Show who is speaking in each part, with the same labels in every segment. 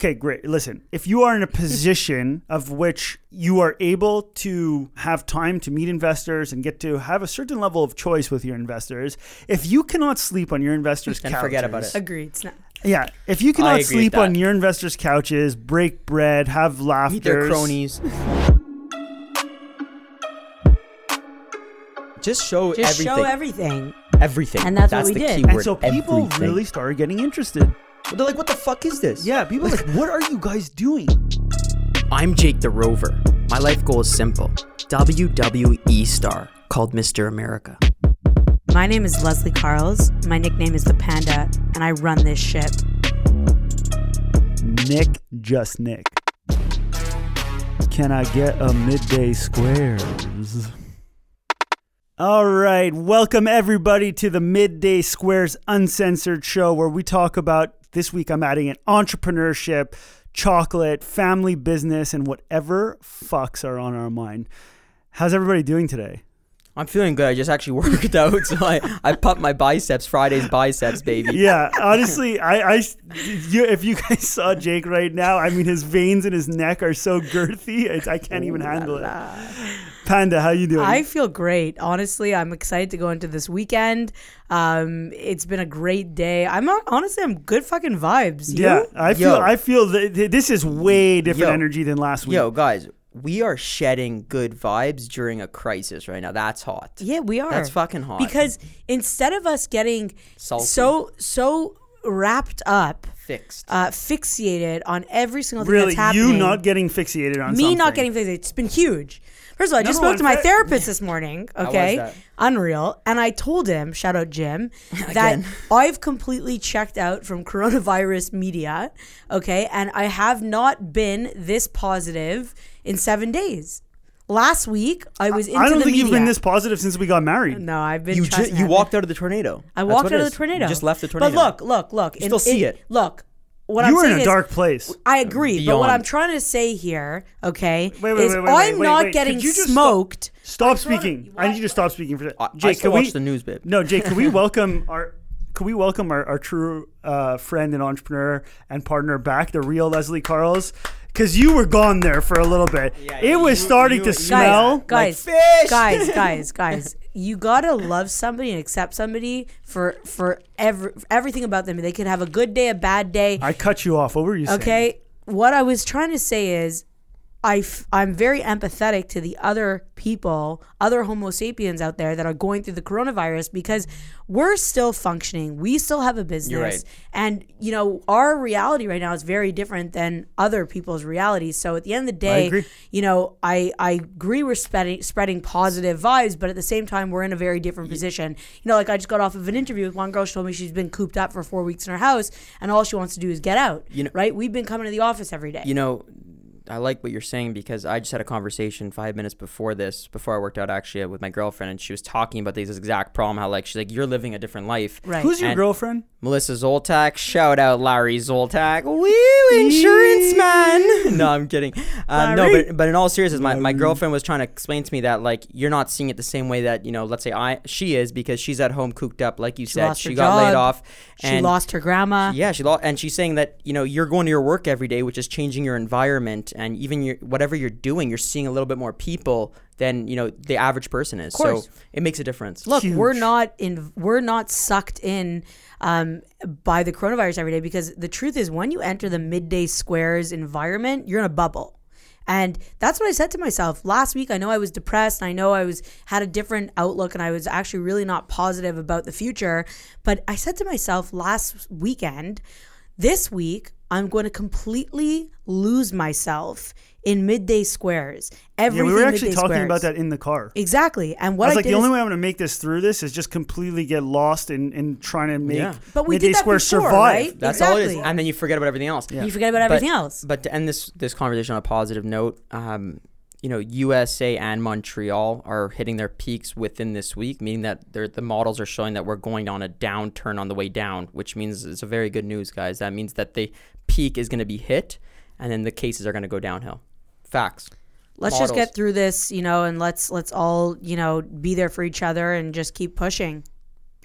Speaker 1: Okay, great. Listen, if you are in a position of which you are able to have time to meet investors and get to have a certain level of choice with your investors, if you cannot sleep on your investors'
Speaker 2: Then
Speaker 1: couches,
Speaker 2: forget about it.
Speaker 3: Agreed. It's not.
Speaker 1: Yeah, if you
Speaker 2: I
Speaker 1: cannot
Speaker 2: agree
Speaker 1: sleep
Speaker 2: with that.
Speaker 1: on your investors' couches, break bread, have laughter,
Speaker 2: Meet their cronies. Just show
Speaker 3: Just
Speaker 2: everything.
Speaker 3: show everything.
Speaker 2: everything.
Speaker 3: And that's what we
Speaker 2: the
Speaker 3: did.
Speaker 2: Key
Speaker 3: And
Speaker 1: and
Speaker 2: word,
Speaker 1: so people
Speaker 2: everything.
Speaker 1: really started getting interested.
Speaker 2: They're like, what the fuck is this?
Speaker 1: Yeah, people are like, what are you guys doing?
Speaker 2: I'm Jake the Rover. My life goal is simple WWE star called Mr. America.
Speaker 3: My name is Leslie Carls. My nickname is the Panda, and I run this ship.
Speaker 1: Nick, just Nick. Can I get a midday squares? All right, welcome everybody to the Midday Squares Uncensored show where we talk about this week I'm adding in entrepreneurship, chocolate, family business, and whatever fucks are on our mind. How's everybody doing today?
Speaker 2: I'm feeling good. I just actually worked out. So I, I pumped my biceps, Friday's biceps, baby.
Speaker 1: yeah, honestly, I, I, you, if you guys saw Jake right now, I mean, his veins in his neck are so girthy, it's, I can't even handle it. Panda, how you doing?
Speaker 3: I feel great. Honestly, I'm excited to go into this weekend. Um, it's been a great day. I'm not, honestly, I'm good fucking vibes. You?
Speaker 1: yeah, uh, I feel,
Speaker 2: Yo.
Speaker 1: I feel that th- this is way different
Speaker 2: Yo.
Speaker 1: energy than last week.
Speaker 2: Yo, guys, we are shedding good vibes during a crisis right now. That's hot.
Speaker 3: Yeah, we are.
Speaker 2: That's fucking hot.
Speaker 3: Because instead of us getting
Speaker 2: Salty.
Speaker 3: so so wrapped up,
Speaker 2: fixed.
Speaker 3: uh, fixated on every single thing
Speaker 1: really,
Speaker 3: that's happening,
Speaker 1: you not getting fixated on
Speaker 3: me not
Speaker 1: something.
Speaker 3: getting fixated. It's been huge. First of all, I just
Speaker 1: Number
Speaker 3: spoke to
Speaker 1: one
Speaker 3: my
Speaker 1: fa-
Speaker 3: therapist this morning.
Speaker 2: was
Speaker 3: Okay,
Speaker 2: that?
Speaker 3: unreal. And I told him, shout out Jim, that
Speaker 2: Again.
Speaker 3: I've completely checked out from coronavirus media. Okay, and I have not been this positive in seven days. Last week, I was into
Speaker 1: I don't
Speaker 3: the
Speaker 1: think you've been
Speaker 3: media.
Speaker 1: this positive since we got married.
Speaker 3: No, I've been.
Speaker 2: you
Speaker 3: trust
Speaker 2: ju-
Speaker 3: me,
Speaker 2: you
Speaker 3: I've been-
Speaker 2: walked out of the tornado.
Speaker 3: I
Speaker 2: That's
Speaker 3: walked
Speaker 2: what
Speaker 3: out
Speaker 2: it
Speaker 3: of the
Speaker 2: is.
Speaker 3: tornado.
Speaker 2: You just left the tornado.
Speaker 3: But look, look, look. You
Speaker 2: still see it.
Speaker 3: Look, what
Speaker 1: you
Speaker 3: I'm
Speaker 1: were
Speaker 3: saying
Speaker 1: in a
Speaker 3: is-
Speaker 1: dark place.
Speaker 3: I agree, but what
Speaker 2: Beyond.
Speaker 3: I'm trying to say here, okay,
Speaker 1: Wait, wait,
Speaker 3: is
Speaker 1: wait, wait, wait,
Speaker 3: I'm
Speaker 1: wait,
Speaker 3: not
Speaker 1: wait.
Speaker 3: getting
Speaker 1: Could you just
Speaker 3: smoked.
Speaker 1: Stop speaking. I need you to stop speaking for
Speaker 2: I- I
Speaker 1: Jake,
Speaker 2: still
Speaker 1: can we
Speaker 2: watch the news, babe.
Speaker 1: No, Jake, can we welcome our can we welcome our, our true uh, friend and entrepreneur and partner back, the real Leslie Carls? Because you were gone there for a little bit. it was
Speaker 2: you-
Speaker 1: starting
Speaker 2: you-
Speaker 1: to
Speaker 2: you-
Speaker 1: smell. like
Speaker 3: guys,
Speaker 2: fish.
Speaker 3: guys, guys, guys. You gotta love somebody and accept somebody for for every for everything about them. They could have a good day, a bad day.
Speaker 1: I cut you off. What were you saying?
Speaker 3: Okay, what I was trying to say is, I f- I'm very empathetic to the other people, other Homo sapiens out there that are going through the coronavirus because we're still functioning. We still have a business,
Speaker 2: right.
Speaker 3: and you know our reality right now is very different than other people's realities. So at the end of the day,
Speaker 1: agree.
Speaker 3: you know, I I agree we're spreading spreading positive vibes, but at the same time, we're in a very different position. You know, like I just got off of an interview with one girl. She told me she's been cooped up for four weeks in her house, and all she wants to do is get out.
Speaker 2: You know-
Speaker 3: right? We've been coming to the office every day.
Speaker 2: you know, I like what you're saying because I just had a conversation five minutes before this, before I worked out actually with my girlfriend, and she was talking about this exact problem. How like she's like, you're living a different life.
Speaker 3: right.
Speaker 1: Who's your
Speaker 2: And-
Speaker 1: girlfriend?
Speaker 2: Melissa Zoltak, shout out Larry Zoltak, woo insurance man. no, I'm kidding. Um, no,
Speaker 3: Larry.
Speaker 2: but but in all seriousness, my, my girlfriend was trying to explain to me that like you're not seeing it the same way that you know, let's say I she is because she's at home cooped up, like you said,
Speaker 3: lost her
Speaker 2: she got laid
Speaker 3: job.
Speaker 2: off.
Speaker 3: she
Speaker 2: and
Speaker 3: lost her grandma.
Speaker 2: yeah, she lost, and she's saying that you know you're going to your work every day, which is changing your environment and even your whatever you're doing, you're seeing a little bit more people than you know the average person is. So
Speaker 3: course.
Speaker 2: it makes a difference.
Speaker 3: Look, we're
Speaker 1: Huge.
Speaker 3: not in. We're not sucked in um, by the coronavirus every day because the truth is, when you enter the midday squares environment, you're in a bubble. And that's what I said to myself last week. I know I was depressed. And I know I was had a different outlook, and I was actually really not positive about the future. But I said to myself last weekend, this week I'm going to completely lose myself in midday squares.
Speaker 1: Yeah,
Speaker 3: Everything
Speaker 1: we were actually
Speaker 3: midday
Speaker 1: talking about that
Speaker 3: squares.
Speaker 1: in the car.
Speaker 3: Exactly. And what
Speaker 1: I
Speaker 3: I,
Speaker 1: was like,
Speaker 3: did
Speaker 1: the
Speaker 3: is-
Speaker 1: only way I'm going to make this through this is just completely get lost in, in trying to make
Speaker 2: Yeah.
Speaker 3: But we did
Speaker 1: Midday
Speaker 3: that
Speaker 1: Square
Speaker 3: before,
Speaker 1: survive.
Speaker 3: right?
Speaker 2: That's all it is,
Speaker 3: Exactly.
Speaker 2: and then you forget about everything else.
Speaker 3: You forget about everything
Speaker 2: but,
Speaker 3: else.
Speaker 2: But to end this this conversation on a positive note, um, you know, USA and Montreal are hitting their peaks within this week, meaning that they're, the models are showing that we're going on a downturn on the way down, which means it's a very good news, guys. That means that the peak is going to be hit, and then the cases are going to go downhill. Facts.
Speaker 3: let's just
Speaker 2: models.
Speaker 3: get through this, you know, and let's let's all, you know, be there for each other and just keep pushing.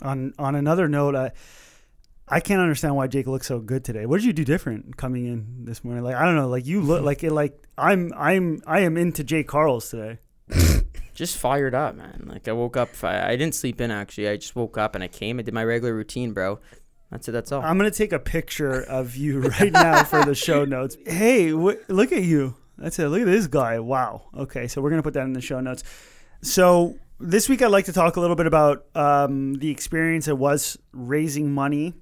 Speaker 1: on on another note, I, I can't understand why Jake looks so good today. What did you do different coming in this morning? Like I don't know. Like you look like it. Like I'm I'm I am into Jake Carl's today.
Speaker 2: Just fired up, man. Like I woke up. I, I didn't sleep in actually. I just woke up and I came. I did my regular routine, bro. That's it. That's all.
Speaker 1: I'm gonna take a picture of you right now for the show notes. Hey, wh- look at you. That's it. Look at this guy. Wow. Okay, so we're gonna put that in the show notes. So this week, I'd like to talk a little bit about um, the experience it was raising money,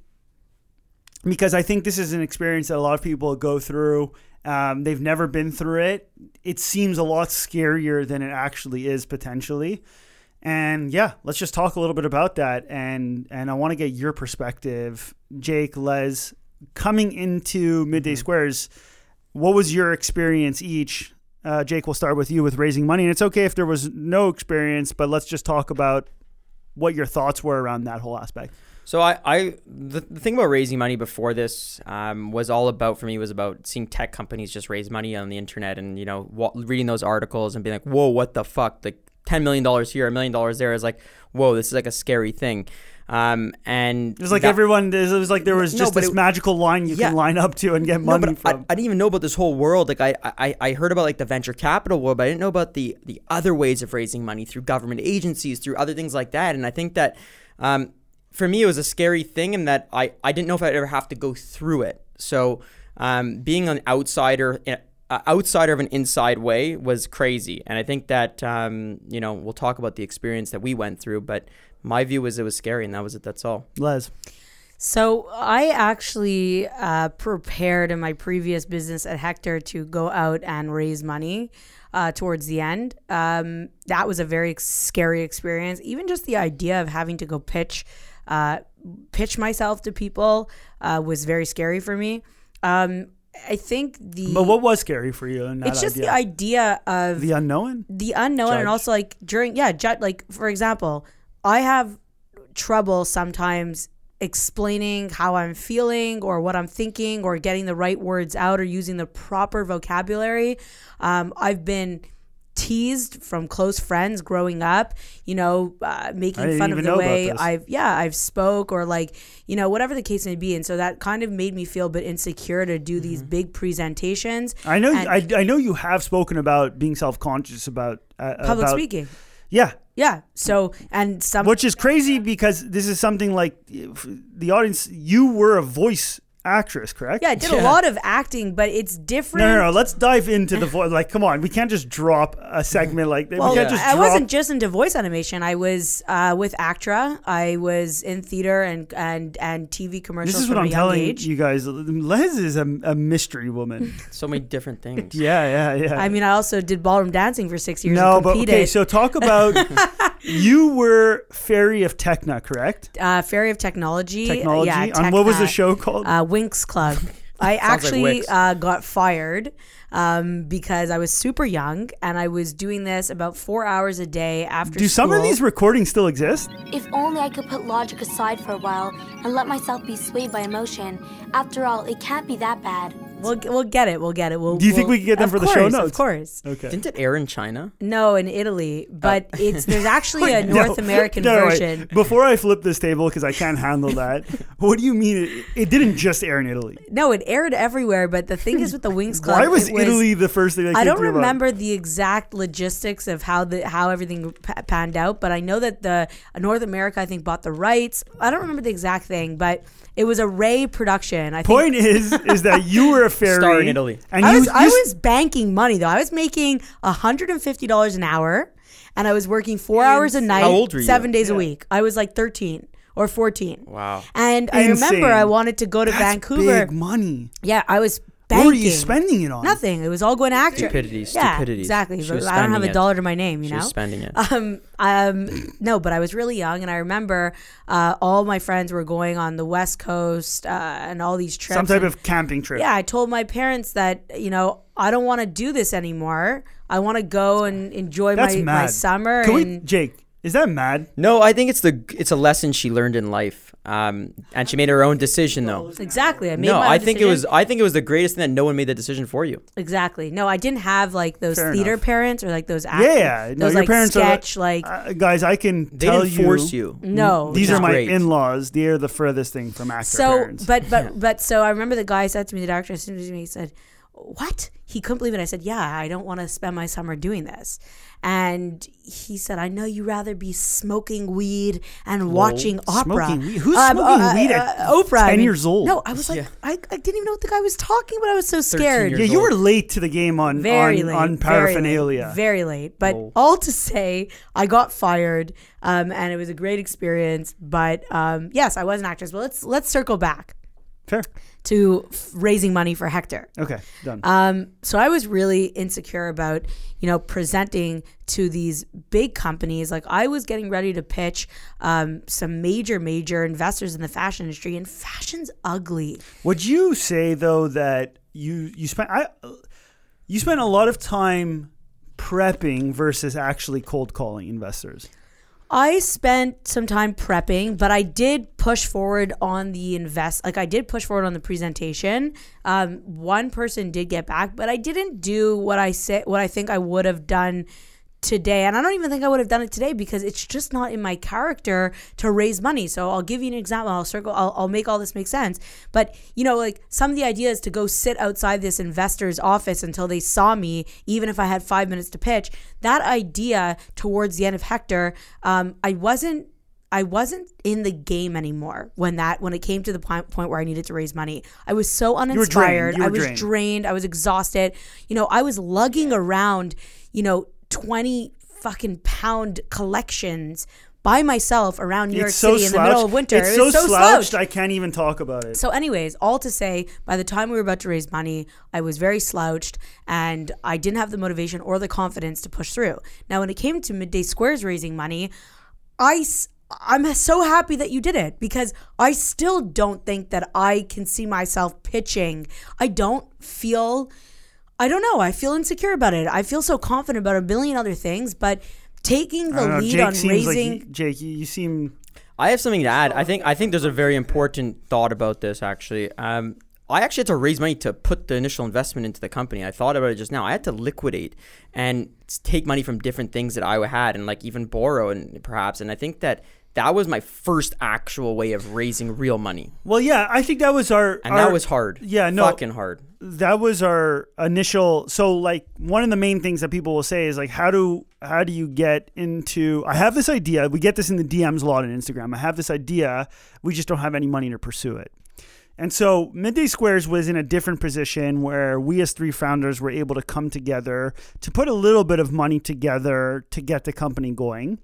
Speaker 1: because I think this is an experience that a lot of people go through. Um, they've never been through it. It seems a lot scarier than it actually is potentially. And yeah, let's just talk a little bit about that. And and I want to get your perspective, Jake, Les, coming into
Speaker 2: Mm-hmm.
Speaker 1: Midday Squares. What was your experience each? Uh, Jake, we'll start with you with raising money, and it's okay if there was no experience, but let's just talk about what your thoughts were around that whole aspect.
Speaker 2: So I, I the, the thing about raising money before this um, was all about for me was about seeing tech companies just raise money on the internet and you know wa- reading those articles and being like, whoa, what the fuck? Like ten million dollars here, a million dollars there is like, whoa, this is like a scary thing. Um, and
Speaker 1: It was like
Speaker 2: that-
Speaker 1: everyone. It was like there was
Speaker 2: No,
Speaker 1: just
Speaker 2: but
Speaker 1: this
Speaker 2: it-
Speaker 1: magical line you
Speaker 2: Yeah.
Speaker 1: can line up to and get
Speaker 2: No,
Speaker 1: money
Speaker 2: but I,
Speaker 1: from.
Speaker 2: I didn't even know about this whole world. Like I, I, I heard about like the venture capital world, but I didn't know about the the other ways of raising money through government agencies, through other things like that. And I think that, um, for me, it was a scary thing, in that I I didn't know if I'd ever have to go through it. So, um, being an outsider. uh, outsider of an inside way was crazy, and I think that um, you know we'll talk about the experience that we went through. But my view was it was scary, and that was it. That's all.
Speaker 1: Les,
Speaker 3: So I actually uh, prepared in my previous business at Hector to go out and raise money uh, towards the end. Um, that was a very scary experience. Even just the idea of having to go pitch, uh, pitch myself to people uh, was very scary for me. Um, I think the
Speaker 1: but what was scary for you? In that
Speaker 3: it's just
Speaker 1: idea?
Speaker 3: the idea of
Speaker 1: the unknown.
Speaker 3: the unknown
Speaker 1: Judge.
Speaker 3: and also like during yeah ju- like for example i have trouble sometimes explaining how i'm feeling or what i'm thinking or getting the right words out or using the proper vocabulary um, i've been teased from close friends growing up you know uh, making
Speaker 1: I didn't
Speaker 3: fun
Speaker 1: even
Speaker 3: of
Speaker 1: know
Speaker 3: the
Speaker 1: about
Speaker 3: way
Speaker 1: this.
Speaker 3: i've yeah i've spoke or like you know whatever the case may be and so that kind of made me feel a bit insecure to do these big presentations
Speaker 1: Mm-hmm. I know.
Speaker 3: and
Speaker 1: I, I know you have spoken about being self conscious about uh,
Speaker 3: public
Speaker 1: about-
Speaker 3: speaking Um,
Speaker 1: Yeah,
Speaker 3: yeah so and some
Speaker 1: which is crazy because this is something like if the audience. You were a voice actress, correct?
Speaker 3: Yeah, I did a
Speaker 2: Yeah.
Speaker 3: lot of acting, but it's different.
Speaker 1: No, no, no. Let's dive into the voice. Like, come on, we can't just drop a segment like that.
Speaker 3: Well,
Speaker 1: we can't just
Speaker 3: Oh, I
Speaker 1: drop-
Speaker 3: wasn't just into voice animation. I was uh, with Actra. I was in theater and and and TV commercials
Speaker 1: This is
Speaker 3: from
Speaker 1: what
Speaker 3: a
Speaker 1: I'm
Speaker 3: young
Speaker 1: telling
Speaker 3: age.
Speaker 1: you guys. Les is a, a mystery woman.
Speaker 2: So many different things.
Speaker 1: yeah, yeah, yeah.
Speaker 3: I mean, I also did ballroom dancing for six years.
Speaker 1: no,
Speaker 3: and
Speaker 1: but
Speaker 3: competed.
Speaker 1: okay. So talk about you were fairy of Techna, correct?
Speaker 3: uh, Fairy of Technology. uh,
Speaker 1: Technology.
Speaker 3: Yeah,
Speaker 1: On what was the
Speaker 3: Techna.
Speaker 1: show called?
Speaker 3: uh, Winx Club. I
Speaker 2: like
Speaker 3: actually
Speaker 2: Wix.
Speaker 3: uh, got fired um, because I was super young and I was doing this about four hours a day after.
Speaker 1: Do some of
Speaker 3: school.
Speaker 1: these recordings still exist?
Speaker 4: If only I could put logic aside for a while and let myself be swayed by emotion. After all, it can't be that bad.
Speaker 3: We'll, we'll get it. We'll get it. We'll,
Speaker 1: Do you think
Speaker 3: we'll-
Speaker 1: we can get them
Speaker 3: of
Speaker 1: for the show
Speaker 3: course, Of
Speaker 1: notes?
Speaker 3: course.
Speaker 1: Okay.
Speaker 2: Didn't it air in China?
Speaker 3: No, in Italy, but it's there's actually a uh, North
Speaker 1: Uh, No.
Speaker 3: American
Speaker 1: No, wait.
Speaker 3: version.
Speaker 1: Before I flip this table because I can't handle that. what do you mean? It, it didn't just air in Italy.
Speaker 3: No, it aired everywhere, but the thing is with the Wings Club,
Speaker 1: Why was
Speaker 3: it
Speaker 1: Italy the first thing? That
Speaker 3: I
Speaker 1: came
Speaker 3: don't
Speaker 1: to your mind?
Speaker 3: remember the exact logistics of how the how everything p- panned out, but I know that the uh, North America I think bought the rights. I don't remember the exact thing, but it was a Ray production. I think
Speaker 1: Point is, is that you were a fairy
Speaker 2: Star in Italy.
Speaker 1: and
Speaker 3: I
Speaker 1: you,
Speaker 3: was
Speaker 1: you
Speaker 3: I
Speaker 1: s-
Speaker 3: was banking money though. I was making hundred and fifty dollars an hour, and I was working four hours a night,
Speaker 2: old were you?
Speaker 3: seven days a week. I was like thirteen or fourteen.
Speaker 2: Wow.
Speaker 3: And I
Speaker 1: Insane.
Speaker 3: remember I wanted to go to
Speaker 1: that's
Speaker 3: Vancouver.
Speaker 1: Big money.
Speaker 3: Yeah, I was
Speaker 1: What
Speaker 3: banking.
Speaker 1: were you spending it on?
Speaker 3: Nothing. It was all going to actor.
Speaker 2: Stupidity,
Speaker 3: Yeah,
Speaker 2: stupidity.
Speaker 3: exactly.
Speaker 2: She
Speaker 3: But
Speaker 2: was
Speaker 3: I don't have
Speaker 2: spending
Speaker 3: a
Speaker 2: it.
Speaker 3: dollar to my name. You
Speaker 2: She
Speaker 3: know.
Speaker 2: was spending it.
Speaker 3: Um, um, no, but I was really young, and I remember uh, all my friends were going on the West Coast uh, and all these trips.
Speaker 1: Some type
Speaker 3: and-
Speaker 1: of camping trip.
Speaker 3: yeah, I told my parents that you know I don't want to do this anymore. I want to go and enjoy
Speaker 1: that's
Speaker 3: my,
Speaker 1: mad.
Speaker 3: my summer.
Speaker 1: Can we,
Speaker 3: and
Speaker 1: Jake? Is that mad?
Speaker 2: No, I think it's the it's a lesson she learned in life, um, and she made her own decision though.
Speaker 3: Exactly. I made
Speaker 2: No,
Speaker 3: my own
Speaker 2: I think it
Speaker 3: decision.
Speaker 2: was I think it was the greatest thing that no one made the decision for you.
Speaker 3: Exactly. No, I didn't have like those
Speaker 1: Fair
Speaker 3: theater
Speaker 1: enough.
Speaker 3: parents or like those act-
Speaker 1: Yeah, yeah. No,
Speaker 3: those
Speaker 1: your
Speaker 3: like
Speaker 1: parents
Speaker 3: sketch
Speaker 1: are
Speaker 3: like
Speaker 1: uh, guys. I can
Speaker 2: They
Speaker 1: tell
Speaker 2: didn't force you.
Speaker 3: no.
Speaker 1: These
Speaker 3: no.
Speaker 1: are my
Speaker 2: great.
Speaker 1: in-laws. They are the furthest thing from actor
Speaker 3: so
Speaker 1: parents.
Speaker 3: but but but so I remember the guy said to me, the doctor said to me, he said, What? He couldn't believe it. I said, Yeah, I don't want to spend my summer doing this. And he said, I know you rather be smoking weed and watching opera. Um, uh,
Speaker 1: Smoking weed? Who's smoking weed at
Speaker 3: Oprah. I
Speaker 1: 10
Speaker 3: mean-
Speaker 1: years old?
Speaker 3: No, I was like,
Speaker 2: Yeah.
Speaker 3: I, I didn't even know what the guy was talking about. I was so scared.
Speaker 2: years
Speaker 1: yeah, you were late to the game on
Speaker 3: very
Speaker 1: on,
Speaker 3: late
Speaker 1: on
Speaker 3: very late,
Speaker 1: paraphernalia.
Speaker 3: very late, but all to say i got fired um, and it was a great experience but um, yes i was an actress but let's let's circle back
Speaker 1: Fair.
Speaker 3: to f- raising money for hector
Speaker 1: Okay, done.
Speaker 3: um, so I was really insecure about, you know, presenting to these big companies. Like I was getting ready to pitch um, some major, major investors in the fashion industry, and fashion's ugly.
Speaker 1: Would you say though that you you spent I you spent a lot of time prepping versus actually cold calling investors?
Speaker 3: I spent some time prepping, but I did push forward on the invest. Like I did push forward on the presentation. Um, one person did get back, but I didn't do what I said. What I think I would have done today, and I don't even think I would have done it today because it's just not in my character to raise money. So I'll give you an example. I'll circle. I'll, I'll make all this make sense. But you know, like some of the ideas to go sit outside this investor's office until they saw me, even if I had five minutes to pitch. That idea towards the end of Hector, um, I wasn't. I wasn't in the game anymore when that when it came to the point, point where I needed to raise money. I was so
Speaker 1: were drained.
Speaker 3: uninspired.
Speaker 1: You were
Speaker 3: I was
Speaker 1: drained.
Speaker 3: drained. I was exhausted. You know, I was lugging around, you know, 20 fucking pound collections by myself around New York
Speaker 1: it's so
Speaker 3: City in the
Speaker 1: slouched.
Speaker 3: middle of winter.
Speaker 1: It's
Speaker 3: It
Speaker 1: so,
Speaker 3: was so
Speaker 1: slouched,
Speaker 3: slouched.
Speaker 1: I can't even talk about it.
Speaker 3: So, anyways, all to say, by the time we were about to raise money, I was very slouched and I didn't have the motivation or the confidence to push through. Now, when it came to Midday Squares raising money, I. s- I'm so happy that you did it because I still don't think that I can see myself pitching. I don't feel I don't know. I feel insecure about it. I feel so confident about a billion other things, but taking
Speaker 1: I
Speaker 3: the
Speaker 1: don't know,
Speaker 3: lead
Speaker 1: Jake
Speaker 3: on
Speaker 1: seems like
Speaker 3: raising
Speaker 1: he- Jake, you, you seem
Speaker 2: I have something to add. I think I think there's a very important thought about this actually. Um, I actually had to raise money to put the initial investment into the company. I thought about it just now. I had to liquidate and s- take money from different things that I had and like even borrow and perhaps. And I think that that was my first actual way of raising real money,
Speaker 1: well. Yeah, I think that was our
Speaker 2: and
Speaker 1: our-
Speaker 2: that was hard.
Speaker 1: Yeah, no,
Speaker 2: fucking hard.
Speaker 1: that was our initial so like one of the main things that people will say is like how do how do you get into i have this idea we get this in the dms a lot on instagram i have this idea we just don't have any money to pursue it and so midday squares was in a different position where we as three founders were able to come together to put a little bit of money together to get the company going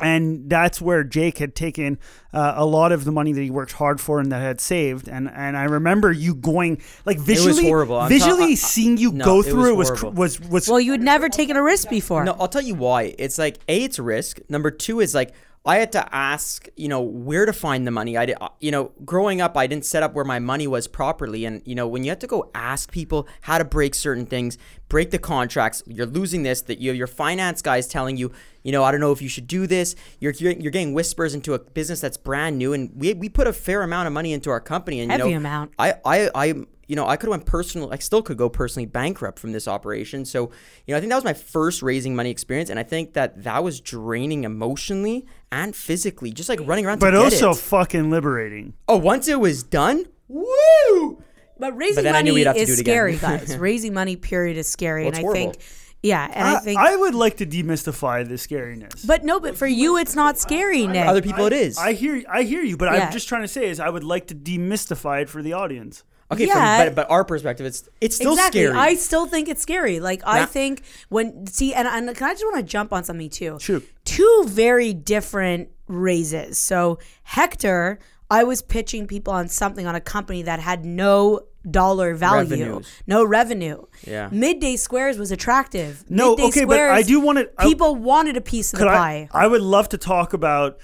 Speaker 1: and that's where Jake had taken uh, a lot of the money that he worked hard for and that had saved. And and I remember you going like visually,
Speaker 2: horrible. I'm
Speaker 1: visually
Speaker 2: tell- I- I-
Speaker 1: seeing you
Speaker 2: no,
Speaker 1: go
Speaker 2: it
Speaker 1: through it was
Speaker 2: was
Speaker 1: cr-
Speaker 2: horrible.
Speaker 1: was was,
Speaker 3: Well, you had never taken a risk before.
Speaker 2: No, I'll tell you why. It's like a, it's risk. Number two is like I had to ask, you know, where to find the money. I did, you know, growing up, I didn't set up where my money was properly, and you know, when you have to go ask people how to break certain things, break the contracts, you're losing this. That you, your finance guy is telling you, you know, I don't know if you should do this. You're you're, you're getting whispers into a business that's brand new, and we we put a fair amount of money into our company, and
Speaker 3: Heavy
Speaker 2: you know,
Speaker 3: amount.
Speaker 2: I, I, I, you know, I could have went personal. I still could go personally bankrupt from this operation. So, you know, I think that was my first raising money experience, and I think that that was draining emotionally and physically, just like running around.
Speaker 1: but
Speaker 2: to get
Speaker 1: also
Speaker 2: it.
Speaker 1: fucking liberating.
Speaker 2: oh, once it was done, woo!
Speaker 3: But raising
Speaker 2: But then I knew
Speaker 3: money
Speaker 2: we'd have to do
Speaker 3: is
Speaker 2: it again.
Speaker 3: scary, guys. raising money, period, is scary,
Speaker 2: Well,
Speaker 3: and
Speaker 2: it's
Speaker 3: I
Speaker 2: horrible.
Speaker 3: think, yeah, and I,
Speaker 1: I,
Speaker 3: think,
Speaker 1: I would like to demystify the scariness.
Speaker 3: but no, but for you, it's not scary, Nick.
Speaker 2: Other people, it is.
Speaker 1: I hear I hear you, but
Speaker 3: Yeah.
Speaker 1: I'm just trying to say is I would like to demystify it for the audience.
Speaker 2: okay,
Speaker 3: yeah.
Speaker 2: from, but, but our perspective, it's it's still
Speaker 3: exactly.
Speaker 2: scary.
Speaker 3: I still think it's scary. Like I
Speaker 2: Yeah.
Speaker 3: think when see, and, and can I just want to jump on something too?
Speaker 1: Shoot.
Speaker 3: Two very different raises. So Hector, I was pitching people on something on a company that had no dollar value,
Speaker 2: Revenues.
Speaker 3: no revenue.
Speaker 2: Yeah.
Speaker 3: Midday Squares was attractive.
Speaker 1: No,
Speaker 3: Midday
Speaker 1: okay, but I do wanna- I-
Speaker 3: People wanted a piece of the
Speaker 1: Could
Speaker 3: pie.
Speaker 1: I? I would love to talk about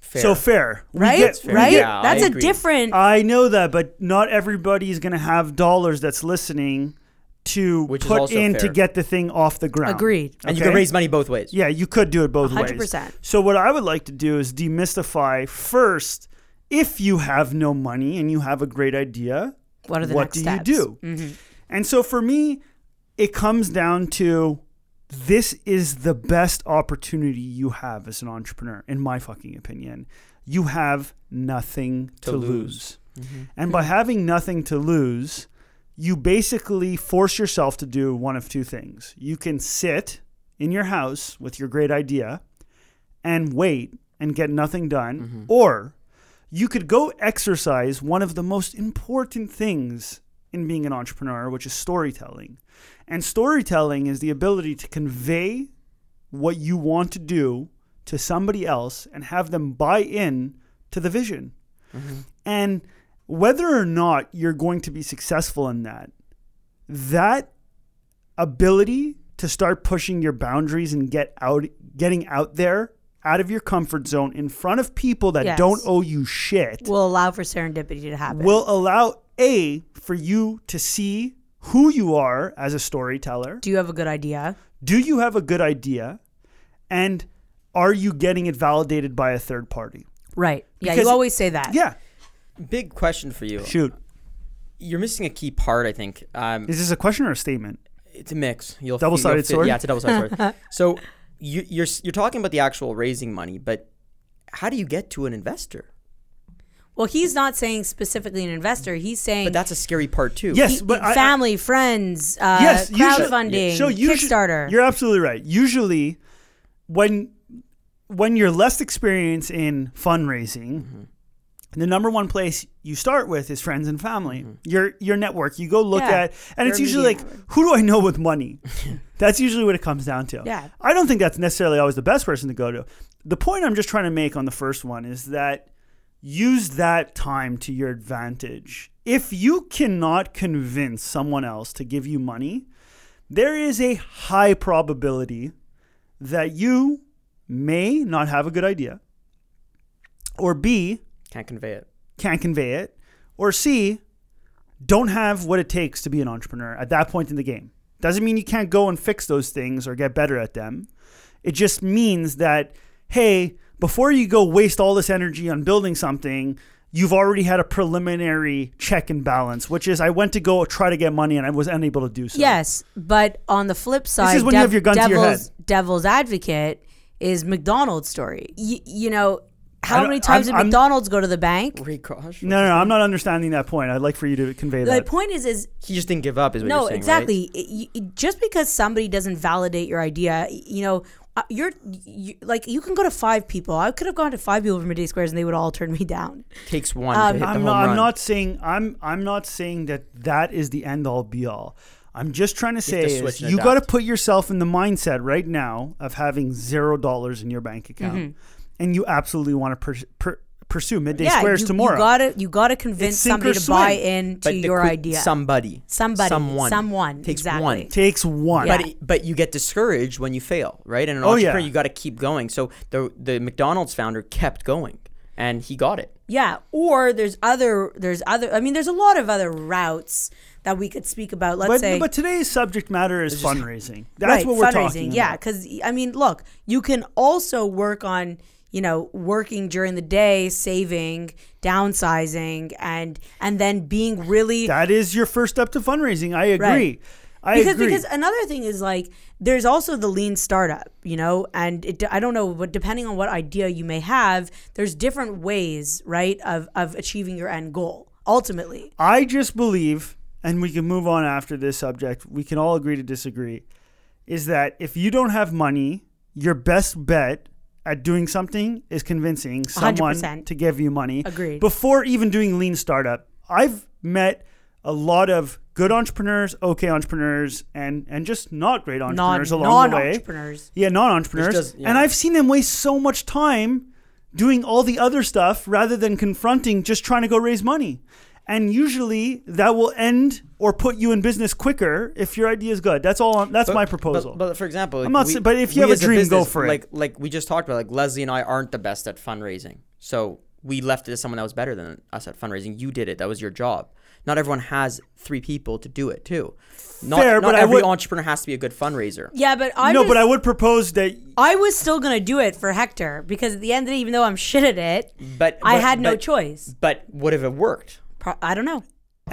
Speaker 2: Fair.
Speaker 1: so fair, We
Speaker 3: Right,
Speaker 1: get-
Speaker 2: fair.
Speaker 3: right.
Speaker 2: Yeah, I
Speaker 3: That's a
Speaker 2: agree.
Speaker 1: Uh,
Speaker 3: different.
Speaker 1: I know that, but not everybody's going to have dollars that's listening to
Speaker 2: Which is
Speaker 1: put
Speaker 2: also
Speaker 1: in to
Speaker 2: fair.
Speaker 1: get the thing off the ground.
Speaker 3: Agreed.
Speaker 2: And you can
Speaker 1: Okay?
Speaker 2: raise money both ways.
Speaker 1: Yeah, you could do it both ways.
Speaker 3: 100%.
Speaker 1: So what I would like to do is demystify first. If you have no money and you have a great idea,
Speaker 3: What are the
Speaker 1: what
Speaker 3: next
Speaker 1: do
Speaker 3: steps? Mm-hmm.
Speaker 1: you do? And so for me, it comes down to this is the best opportunity you have as an entrepreneur, in my fucking opinion. You have nothing to,
Speaker 2: To
Speaker 1: lose.
Speaker 2: lose. Mm-hmm.
Speaker 1: And by having nothing to lose, you basically force yourself to do one of two things. You can sit in your house with your great idea and wait and get nothing done,
Speaker 2: Mm-hmm.
Speaker 1: or you could go exercise one of the most important things in being an entrepreneur, which is storytelling. And storytelling is the ability to convey what you want to do to somebody else and have them buy in to the vision. And whether or not you're going to be successful in that, that ability to start pushing your boundaries and get out getting out there out of your comfort zone in front of people that
Speaker 3: Yes.
Speaker 1: don't owe you shit
Speaker 3: Will allow for serendipity to happen.
Speaker 1: will allow a for you to see who you are as a storyteller
Speaker 3: do you have a good idea?
Speaker 1: do you have a good idea and are you getting it validated by a third party
Speaker 3: Right. Yeah,
Speaker 1: Because-
Speaker 3: you always say that.
Speaker 1: yeah
Speaker 2: Big question for you.
Speaker 1: shoot
Speaker 2: You're missing a key part, I think. Um,
Speaker 1: is this a question or a statement
Speaker 2: it's a mix. You'll
Speaker 1: Double-sided
Speaker 2: you'll fit-
Speaker 1: sword?
Speaker 2: Yeah, it's a double-sided sword. so you, you're s- you're talking about the actual raising money, but how do you get to an investor?
Speaker 3: Well, he's not saying specifically an investor. He's saying
Speaker 2: But that's a scary part too.
Speaker 1: yes
Speaker 3: he-
Speaker 1: but I- I,
Speaker 3: family, friends, uh,
Speaker 1: yes, usually-
Speaker 3: crowdfunding,
Speaker 1: usu-
Speaker 3: Kickstarter.
Speaker 1: you're absolutely right. Usually, when when you're less experienced in fundraising,
Speaker 3: Mm-hmm.
Speaker 1: the number one place you start with is friends and family. Your your network. You go look
Speaker 3: Yeah,
Speaker 1: at, and it's
Speaker 3: your
Speaker 1: usually like,
Speaker 3: immediate
Speaker 1: who do I know with money? that's usually what it comes down to.
Speaker 3: Yeah.
Speaker 1: I don't think that's necessarily always the best person to go to. The point I'm just trying to make on the first one is that use that time to your advantage. If you cannot convince someone else to give you money, there is a high probability that you may not have a good idea, or B,
Speaker 2: Can't convey it.
Speaker 1: can't convey it, or C, don't have what it takes to be an entrepreneur at that point in the game. Doesn't mean you can't go and fix those things or get better at them. It just means that, hey, before you go waste all this energy on building something, you've already had a preliminary check and balance, which is I went to go try to get money and I was unable to do so.
Speaker 3: Yes, but on the flip side,
Speaker 1: is when you have your gun to
Speaker 3: devil's,
Speaker 1: your
Speaker 3: devil's advocate is McDonald's story. Y- you know,
Speaker 1: I
Speaker 3: how
Speaker 1: don't-
Speaker 3: many times
Speaker 1: I'm-
Speaker 3: did
Speaker 1: I'm-
Speaker 3: McDonald's go to the bank?
Speaker 2: Great gosh.
Speaker 1: No, no, no, I'm not understanding that point. I'd like for you to convey
Speaker 3: The
Speaker 1: that.
Speaker 3: point is, is
Speaker 2: He just didn't give up. Is what
Speaker 3: no,
Speaker 2: you're saying, right?
Speaker 3: exactly. It- you- it- just because somebody doesn't validate your idea, y- you know, uh, you're you, like you can go to five people. I could have gone to five people from Midday Squares, and they would all turn me down.
Speaker 2: Takes one to hit the
Speaker 1: Um, I'm
Speaker 2: home
Speaker 1: not,
Speaker 2: run.
Speaker 1: I'm not saying I'm I'm not saying that that is the end all be all. I'm just trying to
Speaker 2: have
Speaker 1: say
Speaker 2: to
Speaker 1: is
Speaker 2: switch and
Speaker 1: you got to
Speaker 2: adapt.
Speaker 1: put yourself in the mindset right now of having zero dollars in your bank account,
Speaker 3: Mm-hmm.
Speaker 1: and you absolutely want to pers- per- pursue midday squares
Speaker 3: you,
Speaker 1: tomorrow.
Speaker 3: You gotta you gotta convince
Speaker 1: It's sink
Speaker 3: somebody
Speaker 1: or
Speaker 3: to buy
Speaker 1: swim.
Speaker 3: into
Speaker 2: but the
Speaker 3: your
Speaker 2: quick-
Speaker 3: idea.
Speaker 2: Somebody.
Speaker 3: Somebody,
Speaker 2: Someone.
Speaker 3: someone,
Speaker 2: Takes
Speaker 3: exactly.
Speaker 2: one.
Speaker 1: Takes one.
Speaker 2: But it- but you get discouraged when you fail, right? And an
Speaker 1: Oh, yeah.
Speaker 2: entrepreneur, you got to keep going. So the the McDonald's founder kept going, and he got it.
Speaker 3: Yeah, or there's other there's other I mean there's a lot of other routes that we could speak about. Let's
Speaker 1: But,
Speaker 3: say
Speaker 1: but today's subject matter is fundraising. That's
Speaker 3: right,
Speaker 1: what we're
Speaker 3: fundraising.
Speaker 1: talking
Speaker 3: Yeah,
Speaker 1: about.
Speaker 3: because I mean, look, you can also work on you know working during the day, saving, downsizing, and and then being really
Speaker 1: That is your first step to fundraising. I agree. I
Speaker 3: because
Speaker 1: agree.
Speaker 3: because another thing is like there's also the lean startup, you know, and it, I don't know, but depending on what idea you may have, there's different ways, right, of of achieving your end goal ultimately.
Speaker 1: I just believe, and we can move on after this subject, we can all agree to disagree, is that if you don't have money, your best bet at doing something is convincing someone
Speaker 3: 100%.
Speaker 1: to give you money.
Speaker 3: Agreed.
Speaker 1: Before even doing lean startup, I've met a lot of good entrepreneurs, okay entrepreneurs, and and just not great entrepreneurs along the way.
Speaker 3: non-entrepreneurs.
Speaker 1: Yeah, non-entrepreneurs.
Speaker 2: Which does- yeah.
Speaker 1: And I've seen them waste so much time doing all the other stuff rather than confronting just trying to go raise money. And usually that will end or put you in business quicker if your idea is good. That's all. I'm, that's my proposal.
Speaker 2: But, but for example, like,
Speaker 1: not
Speaker 2: we-
Speaker 1: saying- but if you
Speaker 2: we
Speaker 1: have a
Speaker 2: as
Speaker 1: dream, go
Speaker 2: business,
Speaker 1: for it.
Speaker 2: Like like we just talked about, like Leslie and I aren't the best at fundraising, so we left it to someone that was better than us at fundraising. You did it; that was your job. not everyone has three people to do it too. Not,
Speaker 1: Fair,
Speaker 2: not
Speaker 1: but I
Speaker 2: every
Speaker 1: would-
Speaker 2: entrepreneur has to be a good fundraiser.
Speaker 3: Yeah, but I
Speaker 1: no,
Speaker 3: just-
Speaker 1: but I would propose that
Speaker 3: I was still gonna do it for Hector because at the end of the day, even though I'm shit at it,
Speaker 2: But
Speaker 3: I
Speaker 2: but-
Speaker 3: had no
Speaker 2: but-
Speaker 3: choice.
Speaker 2: But would have it worked?
Speaker 3: Pro- I don't know.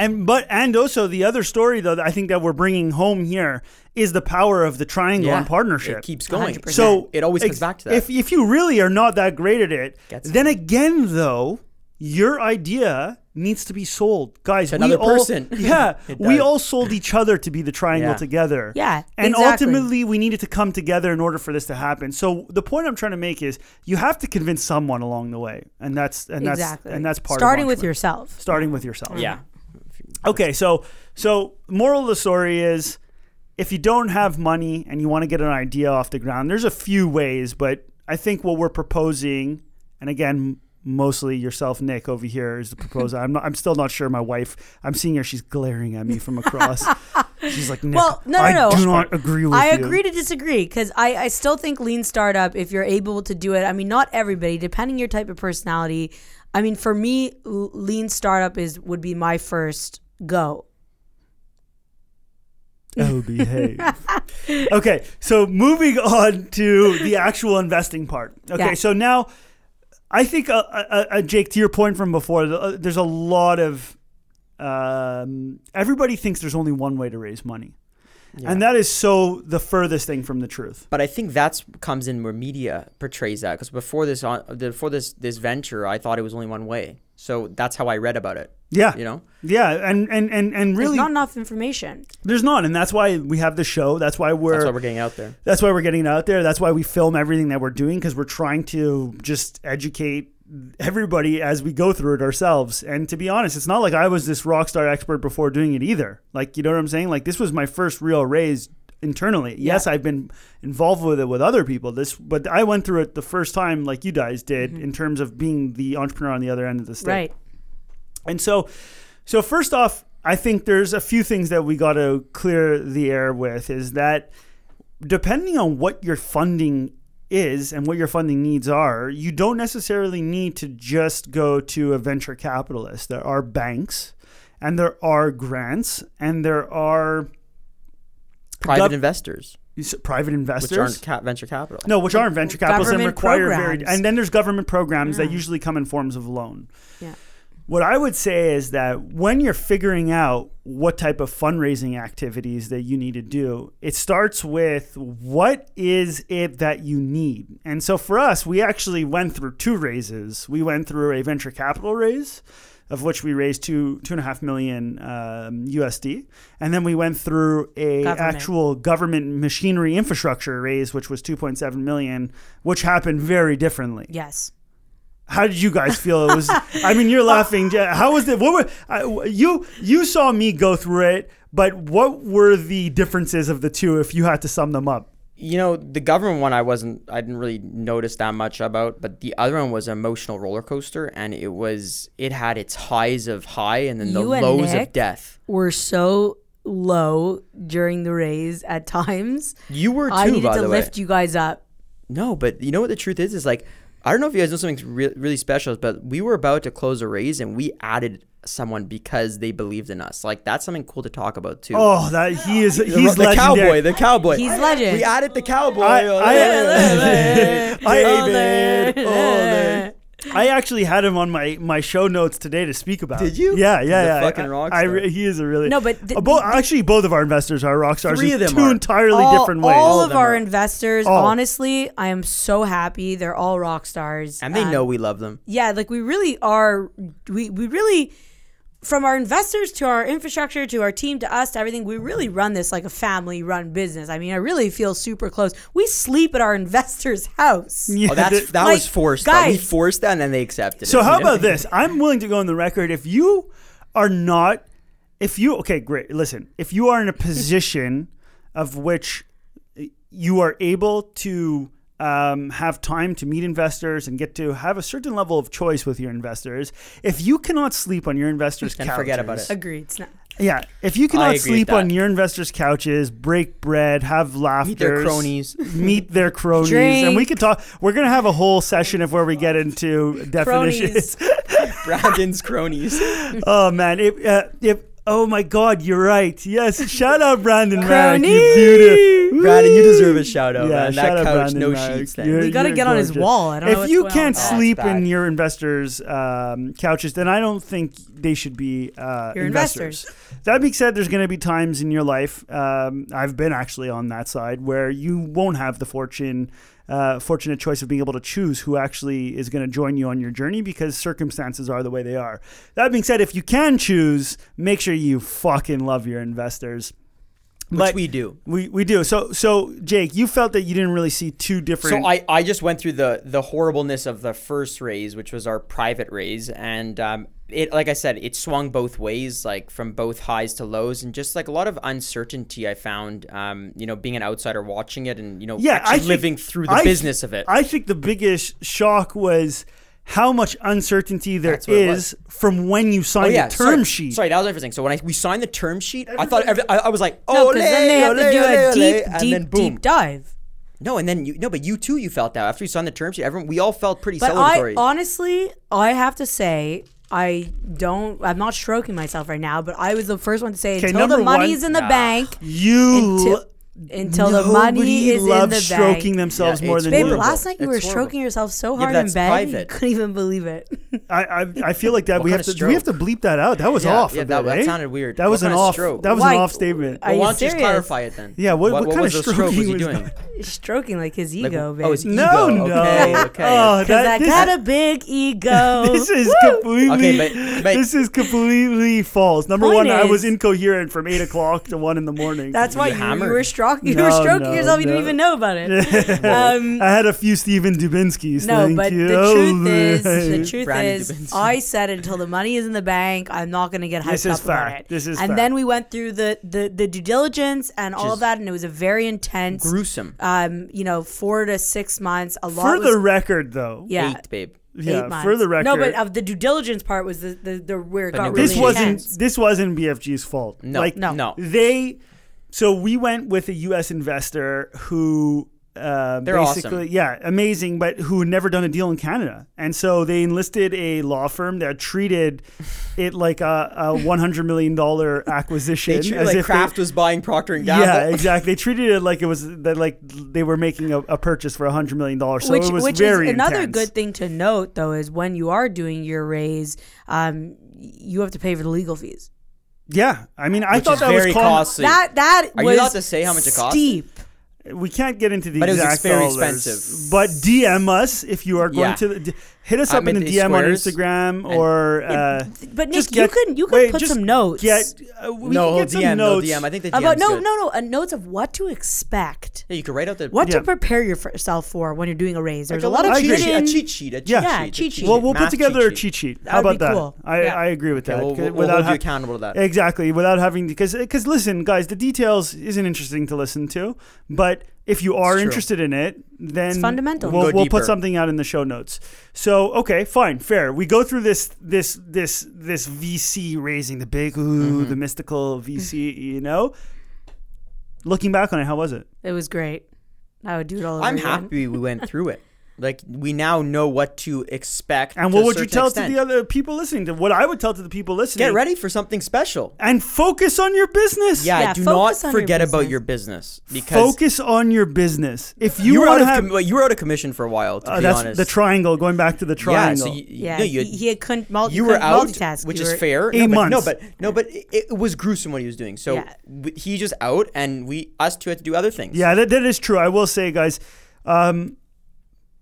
Speaker 1: And but and also the other story though that I think that we're bringing home here is the power of the triangle and partnership.
Speaker 2: It keeps going.
Speaker 3: 100%.
Speaker 1: so
Speaker 2: it always comes
Speaker 1: ex-
Speaker 2: back to that.
Speaker 1: If if you really are not that great at it,
Speaker 2: Gets
Speaker 1: then again though, your idea needs to be sold, guys. we
Speaker 2: another
Speaker 1: all,
Speaker 2: person.
Speaker 1: Yeah,
Speaker 2: It
Speaker 1: we
Speaker 2: does.
Speaker 1: all sold each other to be the triangle
Speaker 2: Yeah.
Speaker 1: together.
Speaker 3: Yeah,
Speaker 1: and
Speaker 3: exactly.
Speaker 1: ultimately we needed to come together in order for this to happen. So the point I'm trying to make is you have to convince someone along the way, and that's and that's
Speaker 3: exactly.
Speaker 1: and that's part
Speaker 3: starting
Speaker 1: of
Speaker 3: with
Speaker 1: entrepreneur-
Speaker 3: yourself.
Speaker 1: starting with yourself.
Speaker 2: yeah.
Speaker 1: Okay, so so moral of the story is if you don't have money and you want to get an idea off the ground, there's a few ways, but I think what we're proposing, and again, mostly yourself, Nick, over here is the proposal. I'm not, I'm still not sure. My wife, I'm seeing her; she's glaring at me from across. she's like, Nick,
Speaker 3: Well, no, no,
Speaker 1: I
Speaker 3: no.
Speaker 1: do not agree with
Speaker 3: I
Speaker 1: you.
Speaker 3: agree to disagree because I, I still think lean startup, if you're able to do it, I mean, not everybody, depending your type of personality. I mean, for me, l- lean startup is would be my first go.
Speaker 1: Oh, behave. okay, so moving on to the actual investing part. Okay,
Speaker 3: Yeah.
Speaker 1: so now I think, uh, uh, uh, Jake, to your point from before, th- uh, there's a lot of um, everybody thinks there's only one way to raise money, and that is so the furthest thing from the truth.
Speaker 2: But I think that's comes in where media portrays that because before this on before this this venture, I thought it was only one way. So that's how I read about it.
Speaker 1: Yeah,
Speaker 2: You know.
Speaker 1: yeah, and and and and
Speaker 3: There's
Speaker 1: really,
Speaker 3: not enough information.
Speaker 1: there's not, and that's why we have the show. That's why we're
Speaker 2: That's why we're getting out there.
Speaker 1: that's why we're getting it out there. That's why we film everything that we're doing because we're trying to just educate everybody as we go through it ourselves. And to be honest, it's not like I was this rock star expert before doing it either. Like, you know what I'm saying? Like, this was my first real raise internally. Yes, I've been involved with it with other people. This, but I went through it the first time, like you guys did, in terms of being the entrepreneur on the other end of the stick.
Speaker 3: Right.
Speaker 1: And so, so first off, I think there's a few things that we got to clear the air with is that depending on what your funding is and what your funding needs are, you don't necessarily need to just go to a venture capitalist. There are banks and there are grants and there are
Speaker 2: Private
Speaker 1: Gov-
Speaker 2: investors,
Speaker 1: private investors.
Speaker 2: which aren't ca- venture capital.
Speaker 1: No, which aren't venture capitals and
Speaker 3: government
Speaker 1: require very.
Speaker 3: programs. Hmm.
Speaker 1: And then there's government programs that usually come in forms of loan.
Speaker 3: Yeah.
Speaker 1: What I would say is that when you're figuring out what type of fundraising activities that you need to do, it starts with what is it that you need. And so for us, we actually went through two raises. We went through a venture capital raise, of which we raised two two and a half million um, USD, and then we went through a actual
Speaker 3: Government.
Speaker 1: actual government machinery infrastructure raise, which was 2.7 million, which happened very differently.
Speaker 3: Yes.
Speaker 1: How did you guys feel? It was. I mean, you're laughing. Ja- How was it? What were I, you? You saw me go through it, but what were the differences of the two if you had to sum them up?
Speaker 2: You know, the government one I wasn't I didn't really notice that much about, but the other one was an emotional roller coaster and it was it had its highs of high and then the
Speaker 3: You and
Speaker 2: lows
Speaker 3: Nick?
Speaker 2: of death.
Speaker 3: We're so low during the raise at times.
Speaker 2: You were too,
Speaker 3: I needed
Speaker 2: by
Speaker 3: to
Speaker 2: the way.
Speaker 3: lift you guys up.
Speaker 2: No, but you know what the truth is is like I don't know if you guys know something re- really special, but we were about to close a raise and we added someone because they believed in us. Like that's something cool to talk about too.
Speaker 1: Oh, that he is.
Speaker 2: the,
Speaker 1: He's
Speaker 2: the cowboy,
Speaker 1: legendary.
Speaker 2: the cowboy.
Speaker 3: He's legend.
Speaker 2: We added the cowboy.
Speaker 1: I, uh,
Speaker 2: Olé,
Speaker 1: I,
Speaker 2: olé.
Speaker 1: I,
Speaker 2: Olé.
Speaker 1: I actually had him on my, my show notes today to speak about.
Speaker 2: Did you?
Speaker 1: Yeah, yeah,
Speaker 2: He's a
Speaker 1: yeah.
Speaker 2: fucking
Speaker 1: I-
Speaker 2: rock
Speaker 1: I
Speaker 2: star.
Speaker 1: re- he is a really
Speaker 3: No, but th-
Speaker 1: Uh, bo- actually both of our investors are rock stars.
Speaker 2: Three
Speaker 1: in
Speaker 2: of them
Speaker 1: two
Speaker 2: are. Oh,
Speaker 1: entirely
Speaker 3: all,
Speaker 1: different ways.
Speaker 3: all
Speaker 2: All of
Speaker 3: of
Speaker 2: them
Speaker 3: our
Speaker 2: are.
Speaker 3: investors,
Speaker 1: All.
Speaker 3: honestly, I am so happy. They're all rock stars.
Speaker 2: and they
Speaker 3: Um,
Speaker 2: know we love them.
Speaker 3: Yeah, like we really are. We, we really, from our investors to our infrastructure to our team to us to everything, we really run this like a family run business. I mean, I really feel super close. We sleep at our investors' house.
Speaker 1: Yeah,
Speaker 2: Oh, that's
Speaker 1: the-
Speaker 2: that
Speaker 3: like,
Speaker 2: was forced. though. we
Speaker 3: guys.
Speaker 2: forced that, and then they accepted.
Speaker 1: so
Speaker 2: it.
Speaker 1: how
Speaker 2: You know?
Speaker 1: about this? I'm willing to go on the record if you are not if you okay, great. Listen, if you are in a position of which you are able to um, have time to meet investors and get to have a certain level of choice with your investors. If you cannot sleep on your investors'
Speaker 2: And
Speaker 1: couches,
Speaker 2: forget about it.
Speaker 3: Agreed. It's not-
Speaker 1: Yeah, if you
Speaker 2: I
Speaker 1: cannot
Speaker 2: agree
Speaker 1: sleep
Speaker 2: with that.
Speaker 1: on your investors' couches, break bread, have laughter,
Speaker 2: their cronies.
Speaker 1: meet their cronies, and we
Speaker 3: Drink.
Speaker 1: can talk. We're gonna have a whole session of where we get into definitions.
Speaker 2: Brandon's cronies.
Speaker 1: Oh man, if uh, if oh my God, you're right. Yes, shout out Brandon Merrick, you beauty.
Speaker 2: Brandon, you deserve a shout out,
Speaker 1: Yeah,
Speaker 2: man.
Speaker 1: shout out
Speaker 2: That couch,
Speaker 1: Brandon
Speaker 2: no
Speaker 1: Merrick.
Speaker 2: sheets thing.
Speaker 1: You're-
Speaker 3: We gotta
Speaker 1: you're
Speaker 3: get on his
Speaker 1: gorgeous.
Speaker 3: wall. I don't know
Speaker 1: If
Speaker 3: what's
Speaker 1: you
Speaker 3: going
Speaker 1: can't
Speaker 3: on.
Speaker 2: Oh,
Speaker 1: sleep
Speaker 2: it's
Speaker 1: in
Speaker 2: bad.
Speaker 1: your investors' um, couches, then I don't think they should be uh,
Speaker 3: Your
Speaker 1: investors. That being said, there's going to be times in your life. Um, I've been actually on that side where you won't have the fortune, uh, fortunate choice of being able to choose who actually is going to join you on your journey because circumstances are the way they are. That being said, if you can choose, make sure you fucking love your investors.
Speaker 2: Which
Speaker 1: But-
Speaker 2: we do.
Speaker 1: We, we do. So so Jake, you felt that you didn't really see two different.
Speaker 2: So I, I just went through the the horribleness of the first raise, which was our private raise, and um, it like I said, it swung both ways, like from both highs to lows, and just like a lot of uncertainty. I found, um, you know, being an outsider watching it, and you know,
Speaker 1: yeah,
Speaker 2: actually
Speaker 1: I think-
Speaker 2: living through the
Speaker 1: I th-
Speaker 2: business of it.
Speaker 1: I think the biggest shock was how much uncertainty there
Speaker 2: That's what it
Speaker 1: is from when you sign the term
Speaker 2: Oh, sorry,
Speaker 1: sheet.
Speaker 2: Sorry, that was everything. So when I, we signed the term sheet, I thought every, I, I was like, oh,
Speaker 3: because then they have to do a deep,
Speaker 2: and then
Speaker 3: deep,
Speaker 2: boom.
Speaker 3: deep dive.
Speaker 2: No, and then you no, but you too, you felt that after you signed the term sheet. Everyone, we all felt pretty
Speaker 3: But I
Speaker 2: celebratory.
Speaker 3: honestly, I have to say, I don't. I'm not stroking myself right now, but I was the first one to say until
Speaker 1: number
Speaker 3: the money's
Speaker 1: one-
Speaker 3: in the bank,
Speaker 1: You
Speaker 3: until,
Speaker 1: lo-
Speaker 3: until the
Speaker 1: nobody
Speaker 3: money is in the
Speaker 1: loves
Speaker 3: bank.
Speaker 1: stroking themselves
Speaker 2: Yeah,
Speaker 1: more
Speaker 2: it's
Speaker 1: than
Speaker 3: Babe,
Speaker 1: you.
Speaker 2: horrible.
Speaker 3: last night
Speaker 2: It's
Speaker 3: you were
Speaker 2: horrible.
Speaker 3: stroking yourself so
Speaker 2: Yeah,
Speaker 3: hard
Speaker 2: but
Speaker 3: in
Speaker 2: that's
Speaker 3: bed, you
Speaker 2: private.
Speaker 3: couldn't even believe it.
Speaker 1: I, I I feel like that
Speaker 2: What
Speaker 1: we have
Speaker 2: kind
Speaker 1: to
Speaker 2: of
Speaker 1: we have to bleep that out. That was
Speaker 2: Yeah,
Speaker 1: off.
Speaker 2: yeah,
Speaker 1: a
Speaker 2: that-
Speaker 1: bit,
Speaker 2: that
Speaker 1: eh?
Speaker 2: sounded weird.
Speaker 1: That
Speaker 2: What
Speaker 1: was an
Speaker 2: kind of
Speaker 1: off.
Speaker 2: stroke?
Speaker 1: That was
Speaker 3: Why-
Speaker 1: an off statement.
Speaker 3: I- Are
Speaker 2: well,
Speaker 3: you
Speaker 2: why don't you just
Speaker 3: serious?
Speaker 2: clarify it then?
Speaker 1: Yeah, what- what kind
Speaker 2: was
Speaker 1: of
Speaker 2: the
Speaker 1: stroke
Speaker 2: was
Speaker 1: he
Speaker 2: he
Speaker 1: was
Speaker 2: doing?
Speaker 1: doing?
Speaker 3: stroking like his
Speaker 2: Like,
Speaker 3: ego, babe.
Speaker 2: oh, his
Speaker 3: 'Cause
Speaker 1: No,
Speaker 2: ego.
Speaker 1: no.
Speaker 2: Okay,
Speaker 1: Oh,
Speaker 2: okay.
Speaker 1: that-
Speaker 3: I
Speaker 1: this-
Speaker 3: got a big ego.
Speaker 1: This is completely.
Speaker 2: Okay, but- but-
Speaker 1: this is completely false. Number
Speaker 3: Point
Speaker 1: one, I
Speaker 3: is-
Speaker 1: was incoherent from eight o'clock to one in the morning.
Speaker 3: That's why
Speaker 2: you
Speaker 3: you, you
Speaker 2: hammered?
Speaker 3: were stroking. You
Speaker 1: No,
Speaker 3: were stroking
Speaker 1: no,
Speaker 3: yourself. You
Speaker 1: no.
Speaker 3: didn't even know about it. um,
Speaker 1: I had a few Steven Dubinsky's.
Speaker 3: no,
Speaker 1: thank
Speaker 3: but
Speaker 1: you.
Speaker 3: the truth is,
Speaker 1: Alright.
Speaker 3: the truth
Speaker 2: Brandy
Speaker 3: is,
Speaker 2: Dubinsky.
Speaker 3: I said until the money is in the bank, I'm not going to get hyped
Speaker 1: This is
Speaker 3: up about
Speaker 1: fact.
Speaker 3: it.
Speaker 1: This is
Speaker 3: and
Speaker 1: fact.
Speaker 3: then we went through the the, the due diligence and all of
Speaker 2: is
Speaker 3: that, and it was a very intense.
Speaker 2: Gruesome.
Speaker 3: um, you know, four to six months. A lot
Speaker 1: For
Speaker 3: was
Speaker 1: the record, though,
Speaker 3: yeah,
Speaker 2: Eight, babe.
Speaker 1: yeah,
Speaker 3: eight months.
Speaker 1: for the record,
Speaker 3: No, but of the due diligence part was the the, the where it got
Speaker 2: no,
Speaker 3: really
Speaker 1: this wasn't
Speaker 3: intense.
Speaker 1: this wasn't BFG's fault.
Speaker 2: No,
Speaker 1: like,
Speaker 2: no. No.
Speaker 1: They so we went with a U.S. investor who uh,
Speaker 2: They're
Speaker 1: basically
Speaker 2: awesome.
Speaker 1: yeah amazing, but who had never done a deal in Canada, and so they enlisted a law firm that treated it like a, a one hundred million dollar acquisition.
Speaker 2: They treated
Speaker 1: as
Speaker 2: like
Speaker 1: if they-
Speaker 2: Kraft was buying Procter and Gamble.
Speaker 1: yeah, exactly. They treated it like it was that like they were making a, a purchase for a hundred million dollars. So
Speaker 3: which
Speaker 1: it was
Speaker 3: which
Speaker 1: very
Speaker 3: is another
Speaker 1: intense.
Speaker 3: good thing to note though is when you are doing your raise, um, you have to pay for the legal fees.
Speaker 1: Yeah, I mean, I
Speaker 2: Which
Speaker 1: thought
Speaker 2: is
Speaker 1: that
Speaker 2: very
Speaker 1: was called,
Speaker 2: costly.
Speaker 3: That that
Speaker 2: Are you
Speaker 3: was
Speaker 2: allowed to say how much it cost?
Speaker 3: Steep.
Speaker 1: We can't get into the
Speaker 2: But it was
Speaker 1: exact
Speaker 2: very
Speaker 1: dollars,
Speaker 2: expensive.
Speaker 1: But DM us if you are going
Speaker 2: Yeah.
Speaker 1: to the, d- hit us
Speaker 2: At
Speaker 1: up in the
Speaker 2: Midday
Speaker 1: DM
Speaker 2: Squares.
Speaker 1: on Instagram
Speaker 2: And-
Speaker 1: or uh,
Speaker 3: But Nick,
Speaker 1: just
Speaker 3: you
Speaker 1: get-
Speaker 3: can you can
Speaker 1: wait,
Speaker 3: put
Speaker 1: just
Speaker 3: some notes
Speaker 1: Get, uh, we
Speaker 2: no,
Speaker 1: can get some
Speaker 2: DM,
Speaker 1: notes.
Speaker 2: no DM. I think the DM's
Speaker 3: about no
Speaker 2: good.
Speaker 3: no no uh, notes of what to expect,
Speaker 2: Yeah, you could write out the
Speaker 3: what
Speaker 1: Yeah.
Speaker 3: to prepare yourself for when you're doing a raise. There's
Speaker 2: like
Speaker 3: a lot
Speaker 1: little
Speaker 3: of
Speaker 1: cheat
Speaker 2: cheat
Speaker 1: sheet.
Speaker 2: sheet, a cheat sheet,
Speaker 3: cheating.
Speaker 2: a cheat
Speaker 1: Yeah.
Speaker 2: sheet, a
Speaker 3: Cheat sheet.
Speaker 1: Well, we'll put
Speaker 2: math
Speaker 1: together
Speaker 2: cheat
Speaker 1: a cheat sheet.
Speaker 3: That
Speaker 1: How
Speaker 3: would
Speaker 1: about
Speaker 3: be
Speaker 1: that?
Speaker 3: cool.
Speaker 1: I,
Speaker 3: Yeah.
Speaker 1: I agree with that.
Speaker 2: we'll-
Speaker 1: C-
Speaker 2: we'll hold you accountable to that.
Speaker 1: Exactly. Without having because because listen, guys, the details isn't interesting to listen to, but if you are
Speaker 2: true.
Speaker 1: interested in it, then
Speaker 3: fundamental.
Speaker 1: We'll,
Speaker 2: Go
Speaker 1: we'll put
Speaker 2: deeper.
Speaker 1: something out in the show notes. So okay, fine, fair. We go through this this this this VC raising the big
Speaker 2: Mm-hmm.
Speaker 1: ooh the mystical VC. You know, looking back on it, how was it?
Speaker 3: It was great. I would do it all over
Speaker 2: I'm
Speaker 3: again.
Speaker 2: happy we went through it. Like we now know what to expect.
Speaker 1: And
Speaker 2: to
Speaker 1: what
Speaker 2: a
Speaker 1: would you
Speaker 2: certain
Speaker 1: tell
Speaker 2: extent.
Speaker 1: to the other people listening? To what I would tell to the people listening.
Speaker 2: Get ready for something special.
Speaker 1: and focus on your business.
Speaker 2: Yeah,
Speaker 3: Yeah,
Speaker 2: do not
Speaker 3: focus on your
Speaker 2: forget about
Speaker 3: business.
Speaker 2: your business because
Speaker 1: focus on your business. If you,
Speaker 2: you were
Speaker 1: want to
Speaker 2: out of
Speaker 1: have,
Speaker 2: com- you were out of commission for a while. To
Speaker 1: uh,
Speaker 2: be
Speaker 1: that's
Speaker 2: honest,
Speaker 1: the triangle. Going back to the
Speaker 2: yeah,
Speaker 1: triangle.
Speaker 2: so you,
Speaker 3: Yeah,
Speaker 2: no, you,
Speaker 3: he, he had couldn't multi-
Speaker 2: you were
Speaker 3: couldn't
Speaker 2: out,
Speaker 3: multitask.
Speaker 2: which
Speaker 3: You
Speaker 2: is
Speaker 3: were-
Speaker 2: fair.
Speaker 1: Eight
Speaker 2: no, but,
Speaker 1: months.
Speaker 2: No, but no, but it, it was gruesome what he was doing. So
Speaker 3: Yeah.
Speaker 2: w- he just out, and we us two had to do other things.
Speaker 1: yeah, that, that is true. I will say, guys, um,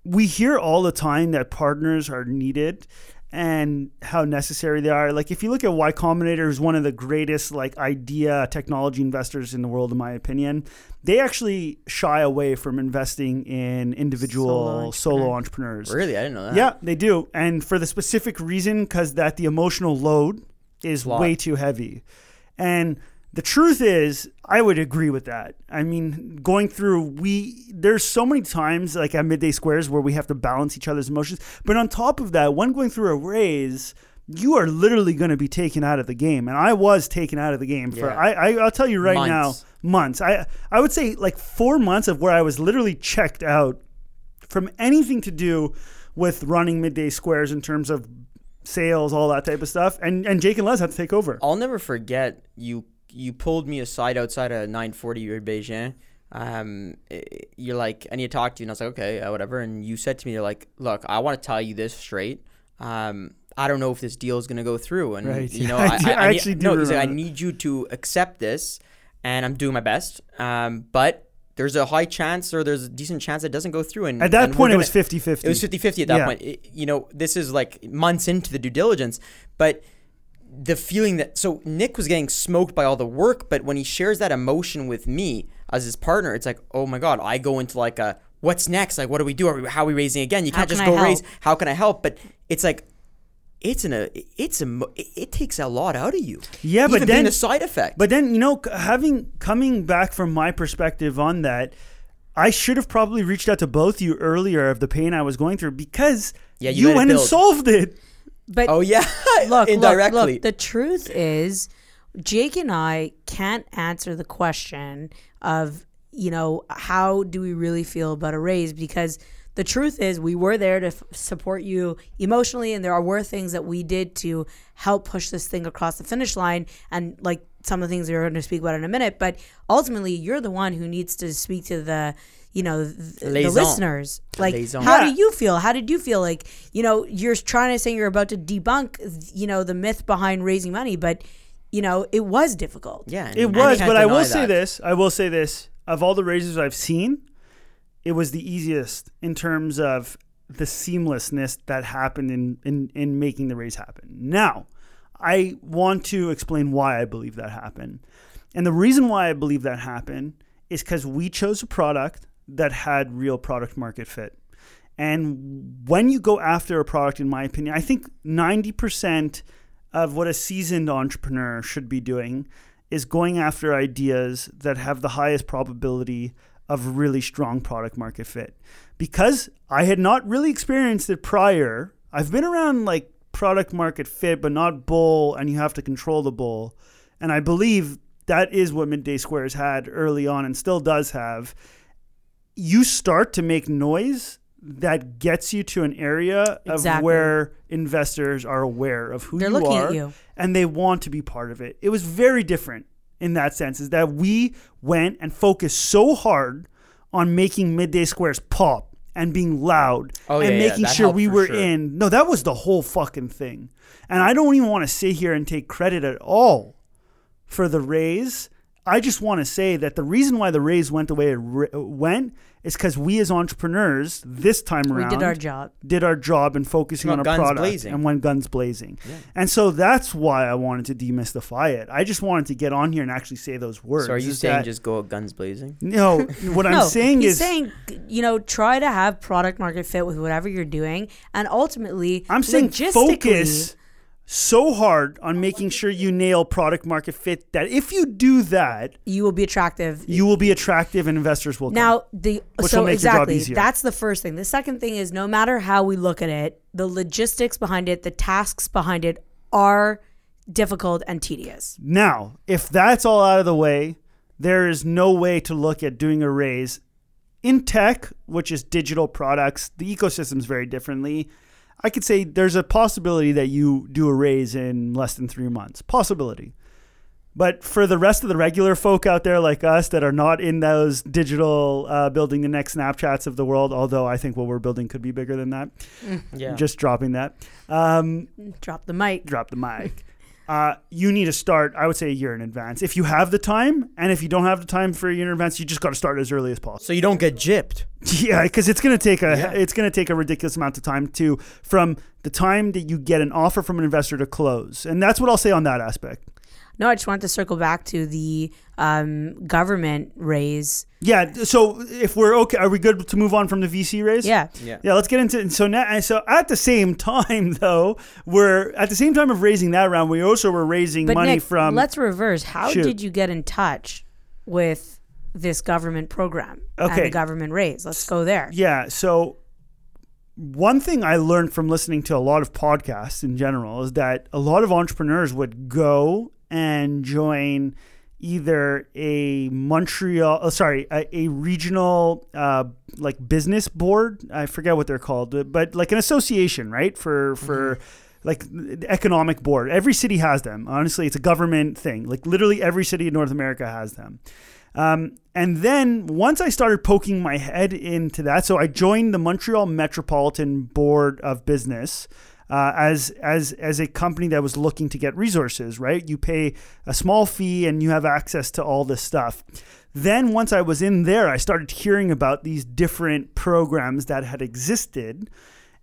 Speaker 1: we hear all the time that partners are needed and how necessary they are. Like if you look at Y Combinator, is one of the greatest like idea technology investors in the world, in my opinion. They actually shy away from investing in individual
Speaker 3: Solo
Speaker 1: solo entrepreneurs.
Speaker 2: really, I didn't know that.
Speaker 1: Yeah, they do. And for the specific reason cuz that the emotional load is
Speaker 2: lot.
Speaker 1: way too heavy. And the truth is, I would agree with that. I mean, going through we there's so many times like at midday squares where we have to balance each other's emotions. But on top of that, when going through a raise, you are literally going to be taken out of the game, and I was taken out of the game for
Speaker 2: Yeah.
Speaker 1: I, I I'll tell you right
Speaker 2: Months.
Speaker 1: now months. I I would say like four months of where I was literally checked out from anything to do with running midday squares in terms of sales, all that type of stuff. And and Jake and Les have to take over.
Speaker 2: I'll never forget you. You pulled me aside outside of 940 Rue Beijing. Um, i- you're like, I need to talk to you, and I was like, okay, uh, whatever. And you said to me, you're like, look, I want to tell you this straight. Um, I don't know if this deal is gonna go through, and
Speaker 1: Right,
Speaker 2: you know,
Speaker 1: yeah, I
Speaker 2: I,
Speaker 1: do-
Speaker 2: I,
Speaker 1: I
Speaker 2: need-
Speaker 1: actually do
Speaker 2: no, he's like, I
Speaker 1: remember.
Speaker 2: need you to accept this, and I'm doing my best. Um, but there's a high chance, or there's a decent chance it doesn't go through. And
Speaker 1: At that
Speaker 2: and we're
Speaker 1: point, it
Speaker 2: gonna-
Speaker 1: was 50-50.
Speaker 2: It was 50-50 at that
Speaker 1: Yeah.
Speaker 2: point. It- you know, this is like months into the due diligence, but the feeling that so Nick was getting smoked by all the work, but when he shares that emotion with me as his partner, it's like, oh my god, I go into like a what's next? Like, what do we do? Are we, how are we raising again? You
Speaker 3: How
Speaker 2: can't just
Speaker 3: can I
Speaker 2: go raise.
Speaker 3: help?
Speaker 2: How can I help? But it's like. It's an a it's a mo- it it takes a lot out of you.
Speaker 1: Yeah, but
Speaker 2: Even being
Speaker 1: then-
Speaker 2: a side effect.
Speaker 1: But then, you know, c- having coming back from my perspective on that, I should have probably reached out to both you earlier of the pain I was going through because
Speaker 2: Yeah, you
Speaker 1: you,
Speaker 2: let it
Speaker 1: went and
Speaker 2: build.
Speaker 1: solved it.
Speaker 3: But
Speaker 2: oh yeah,
Speaker 3: look,
Speaker 2: indirectly.
Speaker 3: Look, look, the truth is, Jake and I can't answer the question of, you know, how do we really feel about a raise? Because the truth is, we were there to f- support you emotionally, and there are, were things that we did to help push this thing across the finish line. And like some of the things we are going to speak about in a minute, but ultimately, you're the one who needs to speak to the, you know, th- the
Speaker 2: Liaison.
Speaker 3: listeners. Like,
Speaker 2: liaison.
Speaker 3: how do
Speaker 1: Yeah.
Speaker 3: you? you feel? How did you feel? Like, you know, you're trying to say you're about to debunk, you know, the myth behind raising money, but, you know, it was difficult.
Speaker 2: yeah, and-
Speaker 1: It
Speaker 2: and
Speaker 1: was,
Speaker 2: can't
Speaker 1: but I
Speaker 2: deny
Speaker 1: will say
Speaker 2: that.
Speaker 1: this. I will say this. Of all the razors I've seen, it was the easiest in terms of the seamlessness that happened in in, in making the raise happen. Now, I want to explain why I believe that happened. And the reason why I believe that happened is because we chose a product that had real product market fit. And when you go after a product, in my opinion, I think 90% of what a seasoned entrepreneur should be doing is going after ideas that have the highest probability of really strong product market fit. Because I had not really experienced it prior, I've been around like product market fit, but not bull, and you have to control the bull. And I believe that is what Midday Squares had early on and still does have you start to make noise that gets you to an area of
Speaker 3: Exactly.
Speaker 1: where investors are aware of who
Speaker 3: They're
Speaker 1: you
Speaker 3: looking
Speaker 1: are
Speaker 3: at you.
Speaker 1: and they want to be part of it. It was very different in that sense is that we went and focused so hard on making midday squares pop and being loud
Speaker 2: Oh,
Speaker 1: and
Speaker 2: yeah, yeah,
Speaker 1: making
Speaker 2: that
Speaker 1: sure
Speaker 2: helped
Speaker 1: we
Speaker 2: for
Speaker 1: were
Speaker 2: sure.
Speaker 1: in. No, that was the whole fucking thing. And I don't even want to sit here and take credit at all for the raise. I just want to say that the reason why the raise went the way it ri- went is because we as entrepreneurs this time
Speaker 3: We
Speaker 1: around
Speaker 3: did our job.
Speaker 1: did our job and focusing
Speaker 2: Well,
Speaker 1: on our
Speaker 2: guns
Speaker 1: product
Speaker 2: blazing.
Speaker 1: and went guns blazing. And so that's why I wanted to demystify it. I just wanted to get on here and actually say those words.
Speaker 2: So are you
Speaker 1: is
Speaker 2: saying
Speaker 1: that-
Speaker 2: just go guns blazing?
Speaker 1: no? What
Speaker 3: no,
Speaker 1: I'm saying
Speaker 3: he's
Speaker 1: is
Speaker 3: saying, you know, try to have product market fit with whatever you're doing. And ultimately,
Speaker 1: I'm saying
Speaker 3: logistically-
Speaker 1: focus so hard on making sure you nail product market fit that if you do that,
Speaker 3: You will be attractive.
Speaker 1: you will be attractive and investors will come.
Speaker 3: Now the
Speaker 1: Which will
Speaker 3: so
Speaker 1: make your job
Speaker 3: exactly
Speaker 1: easier.
Speaker 3: that's the first thing. The second thing is no matter how we look at it, the logistics behind it, the tasks behind it are difficult and tedious.
Speaker 1: Now, if that's all out of the way, there is no way to look at doing a raise in tech, which is digital products. The ecosystem's very differently. I could say there's a possibility that you do a raise in less than three months. Possibility. But for the rest of the regular folk out there like us that are not in those digital uh, building the next Snapchats of the world, although I think what we're building could be bigger than that,
Speaker 2: Yeah.
Speaker 1: just dropping that. Um,
Speaker 3: Drop the mic.
Speaker 1: drop the mic. Uh, you need to start, I would say, a year in advance. If you have the time, and if you don't have the time for a year in advance, you just got to start as early as possible.
Speaker 2: so you don't get gypped.
Speaker 1: Yeah, because it's gonna take a
Speaker 2: Yeah.
Speaker 1: it's gonna take a ridiculous amount of time to from the time that you get an offer from an investor to close, and that's what I'll say on that aspect.
Speaker 3: No, I just wanted to circle back to the um, government raise.
Speaker 1: Yeah. So if we're okay, are we good to move on from the VC raise?
Speaker 3: Yeah.
Speaker 1: Yeah, let's get into it. So now, and so at the same time, though, we're at the same time of raising that round, we also were raising
Speaker 3: But
Speaker 1: money
Speaker 3: Nick,
Speaker 1: from.
Speaker 3: let's reverse. How
Speaker 1: Shoot.
Speaker 3: did you get in touch with this government program and
Speaker 1: Okay.
Speaker 3: the government raise? Let's go there.
Speaker 1: Yeah. So, one thing I learned from listening to a lot of podcasts in general is that a lot of entrepreneurs would go and join either a Montreal, oh, sorry, a, a regional uh, like business board. I forget what they're called, but like an association, right? For for like the economic board. Every city has them. Honestly, it's a government thing. Like literally every city in North America has them. Um, and then once I started poking my head into that, so I joined the Montreal Metropolitan Board of Business. Uh, as as as a company that was looking to get resources, right? You pay a small fee and you have access to all this stuff. Then once I was in there, I started hearing about these different programs that had existed,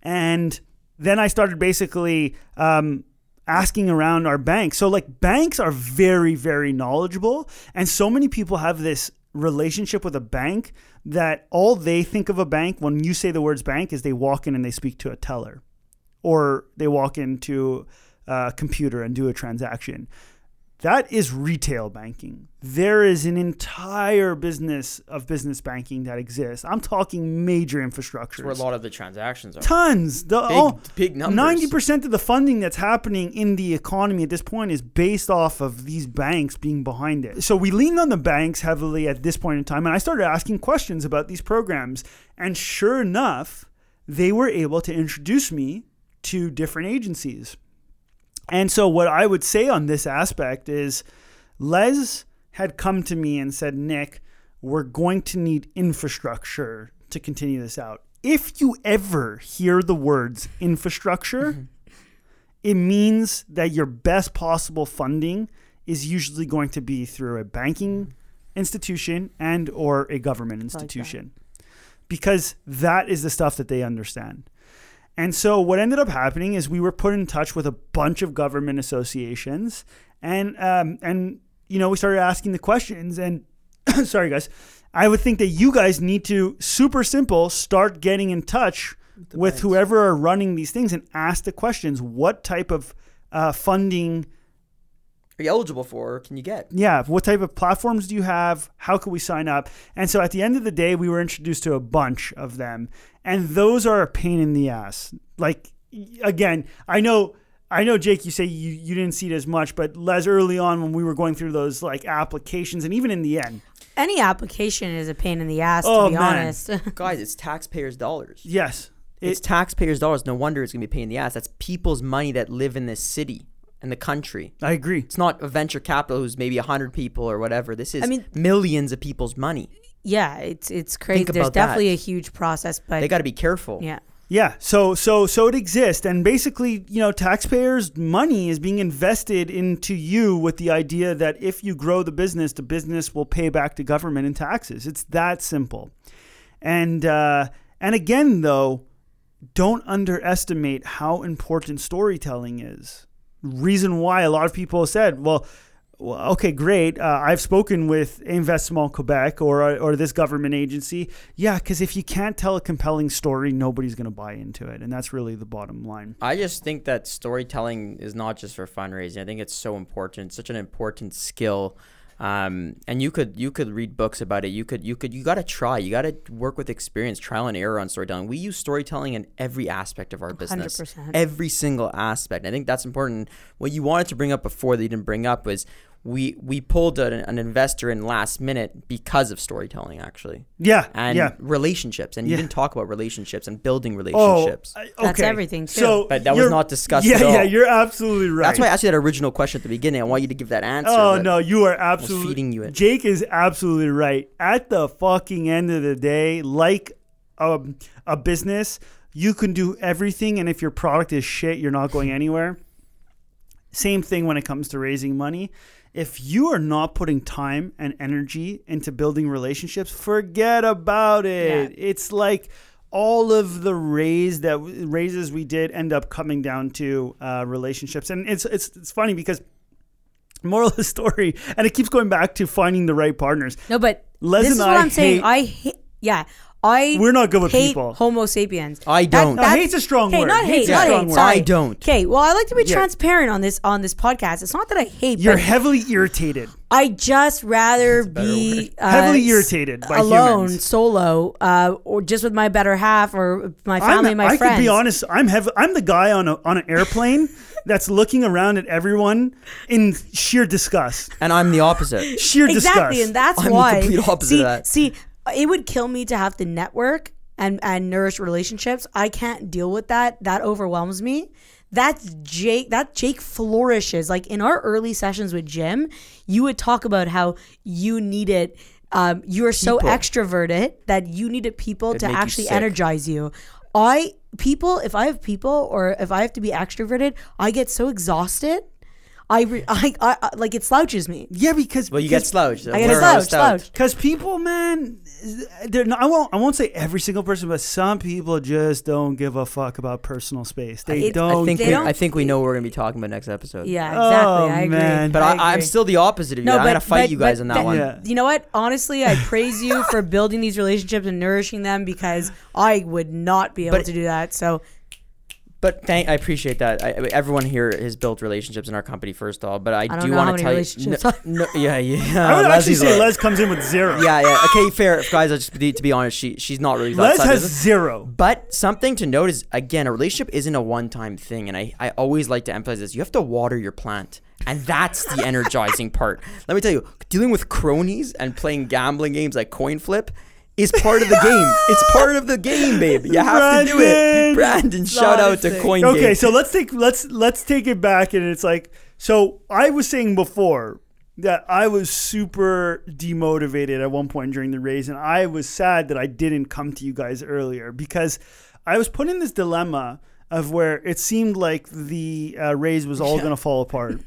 Speaker 1: and then I started basically um, asking around our banks. So like banks are very very knowledgeable, and so many people have this relationship with a bank that all they think of a bank when you say the words bank is they walk in and they speak to a teller or they walk into a computer and do a transaction. That is retail banking. There is an entire business of business banking that exists. I'm talking major infrastructure.
Speaker 2: where a lot of the transactions are.
Speaker 1: Tons. The,
Speaker 2: Big-
Speaker 1: oh,
Speaker 2: big numbers.
Speaker 1: 90% of the funding that's happening in the economy at this point is based off of these banks being behind it. So we leaned on the banks heavily at this point in time, and I started asking questions about these programs. And sure enough, they were able to introduce me to different agencies. And so, what I would say on this aspect is Les had come to me and said, Nick, we're going to need infrastructure to continue this out. If you ever hear the words infrastructure, it means that your best possible funding is usually going to be through a banking institution and or a government institution because that is the stuff that they understand. And so what ended up happening is we were put in touch with a bunch of government associations, and um, and you know we started asking the questions. And sorry guys, I would think that you guys need to super simple start getting in touch with whoever are running these things and ask the questions. What type of uh, funding?
Speaker 2: Are you eligible for? Or can you get?
Speaker 1: yeah, what type of platforms do you have? How can we sign up? And so at the end of the day, we were introduced to a bunch of them, and those are a pain in the ass. Like y- again, I know. I know, Jake, you say you, you didn't see it as much, but Les, early on when we were going through those like applications and even in the end,
Speaker 3: Any application is a pain in the ass,
Speaker 1: Oh,
Speaker 3: to be
Speaker 1: man.
Speaker 3: honest.
Speaker 2: Guys, it's taxpayers' dollars.
Speaker 1: yes,
Speaker 2: it's
Speaker 1: it,
Speaker 2: taxpayers' dollars. No wonder it's going to be a pain in the ass. That's people's money that live in this city and the country.
Speaker 1: I agree.
Speaker 2: It's not a venture capital who's maybe 100 people or whatever. This is
Speaker 3: I mean-
Speaker 2: millions of people's money.
Speaker 3: yeah, it's it's crazy.
Speaker 2: Think
Speaker 3: There's
Speaker 2: about that.
Speaker 3: definitely a huge process, but
Speaker 2: They got to be careful.
Speaker 3: yeah.
Speaker 1: Yeah, so so so it exists, and basically, you know, taxpayers' money is being invested into you with the idea that if you grow the business, the business will pay back to government in taxes. It's that simple. And uh, and again, though, don't underestimate how important storytelling is. Reason why a lot of people said, well, well, okay, great. Uh, I've spoken with Investissement Quebec or uh, or this government agency. Yeah, because if you can't tell a compelling story, nobody's going to buy into it, and that's really the bottom line.
Speaker 2: I just think that storytelling is not just for fundraising. I think it's so important, such an important skill. Um, and you could you could read books about it. You could you could you got to try. You got to work with experience, trial and error on storytelling. We use storytelling in every aspect of our business,
Speaker 3: 100%.
Speaker 2: every single aspect. I think that's important. What you wanted to bring up before that you didn't bring up was we we pulled an, an investor in last minute because of storytelling actually
Speaker 1: Yeah,
Speaker 2: and
Speaker 1: yeah.
Speaker 2: relationships. And
Speaker 1: Yeah.
Speaker 2: you didn't talk about relationships and building
Speaker 1: Oh,
Speaker 2: relationships.
Speaker 1: I- okay.
Speaker 3: That's everything, too.
Speaker 1: So,
Speaker 2: But that was
Speaker 1: you're-
Speaker 2: not discussed
Speaker 1: Yeah,
Speaker 2: at all.
Speaker 1: yeah, you're absolutely right.
Speaker 2: That's why I asked you that original question at the beginning. I want you to give that answer.
Speaker 1: Oh
Speaker 2: but
Speaker 1: no, you are absolutely
Speaker 2: feeding you it.
Speaker 1: Jake is absolutely right. At the fucking end of the day, like a, a business, you can do everything, and if your product is shit, you're not going anywhere. Same thing when it comes to raising money. If you are not putting time and energy into building relationships, forget about it. It's like all of the raise that raises we did end up coming down to uh, relationships, and it's it's it's funny because moral of the story and it keeps going back to finding the right partners
Speaker 3: No, but
Speaker 1: Les
Speaker 3: this
Speaker 1: and
Speaker 3: is
Speaker 1: I
Speaker 3: what I'm saying.
Speaker 1: hate-
Speaker 3: I hate. Yeah, I.
Speaker 1: We're not good with
Speaker 3: hate
Speaker 1: people.
Speaker 3: Homo sapiens.
Speaker 2: I don't. No,
Speaker 3: that's-
Speaker 1: hate's a strong
Speaker 3: okay,
Speaker 1: word.
Speaker 3: Not hate.
Speaker 1: Hate's a
Speaker 3: not
Speaker 1: strong
Speaker 3: hate.
Speaker 1: word.
Speaker 3: Sorry.
Speaker 2: I don't.
Speaker 3: Okay. Well, I like to be
Speaker 1: Yeah.
Speaker 3: transparent on this on this podcast. It's not that I hate.
Speaker 1: you're
Speaker 3: but
Speaker 1: heavily irritated
Speaker 3: I just rather be uh,
Speaker 1: Heavily irritated by
Speaker 3: alone,
Speaker 1: humans.
Speaker 3: solo, uh, or just with my better half or my family,
Speaker 1: I'm,
Speaker 3: my
Speaker 1: i
Speaker 3: friends.
Speaker 1: could be honest i'm hev- i'm the guy on a, on an airplane that's looking around at everyone in sheer disgust
Speaker 2: And I'm the opposite.
Speaker 1: sheer
Speaker 3: exactly,
Speaker 1: disgust
Speaker 3: and that's
Speaker 2: I'm the
Speaker 3: why.
Speaker 2: complete opposite
Speaker 3: see,
Speaker 2: of that.
Speaker 3: see, it would kill me to have to network and and nourish relationships. I can't deal with that. That overwhelms me. that's Jake that Jake flourishes. Like in our early sessions with Jim, you would talk about how you needed um, you are so
Speaker 2: People.
Speaker 3: extroverted that you needed people
Speaker 2: It'd
Speaker 3: to
Speaker 2: make you
Speaker 3: actually
Speaker 2: sick.
Speaker 3: energize you. I people if I have people or if I have to be extroverted, I get so exhausted. I, re- I, I, I like it slouches me.
Speaker 1: Yeah, because
Speaker 2: Well, you get
Speaker 1: because-
Speaker 2: slouched.
Speaker 3: I get
Speaker 2: We're slouched.
Speaker 3: slouched, slouched.
Speaker 1: Because people, man, they're not, I won't. I won't say every single person, but some people just don't give a fuck about personal space. They
Speaker 3: It- I
Speaker 1: don't.
Speaker 2: I think
Speaker 3: They
Speaker 2: we,
Speaker 3: don't-
Speaker 2: I think we know what we're gonna be talking about next episode.
Speaker 3: Yeah,
Speaker 1: Oh,
Speaker 3: exactly. I agree.
Speaker 1: man.
Speaker 2: But I, I am
Speaker 3: agree.
Speaker 2: still the opposite of you. I'm gonna fight you guys
Speaker 3: but
Speaker 2: on that
Speaker 3: th-
Speaker 2: one.
Speaker 1: Yeah.
Speaker 3: You know what? Honestly, I praise you for building these relationships and nourishing them because I would not be able
Speaker 2: But-
Speaker 3: to do that. So
Speaker 2: But thank, I appreciate that. I, I mean, everyone here has built relationships in our company, first of all. But I,
Speaker 3: don't
Speaker 2: do
Speaker 3: know
Speaker 2: want
Speaker 3: how many
Speaker 2: to tell
Speaker 3: relationships
Speaker 2: you,
Speaker 3: I-
Speaker 2: no, no, yeah, yeah.
Speaker 1: I would actually
Speaker 2: Leslie's
Speaker 1: say
Speaker 2: like-
Speaker 1: Les comes in with zero.
Speaker 2: Yeah, yeah. Okay, fair, guys. I just need to be honest. She she's not really.
Speaker 1: Les
Speaker 2: outside
Speaker 1: has
Speaker 2: business.
Speaker 1: zero.
Speaker 2: But something to note is again, a relationship isn't a one-time thing, and I I always like to emphasize this. You have to water your plant. And that's the energizing part. Let me tell you, dealing with cronies and playing gambling games like coin flip is part of the game. It's part of the game, babe. You have to do
Speaker 1: Brandon!
Speaker 2: it. Brandon, shout out to
Speaker 3: Honestly.
Speaker 2: coin
Speaker 1: Okay,
Speaker 2: game.
Speaker 1: so let's take let's let's take it back, and it's like so. I was saying before that I was super demotivated at one point during the race, and I was sad that I didn't come to you guys earlier because I was put in this dilemma of where it seemed like the uh, raise was all going to fall apart,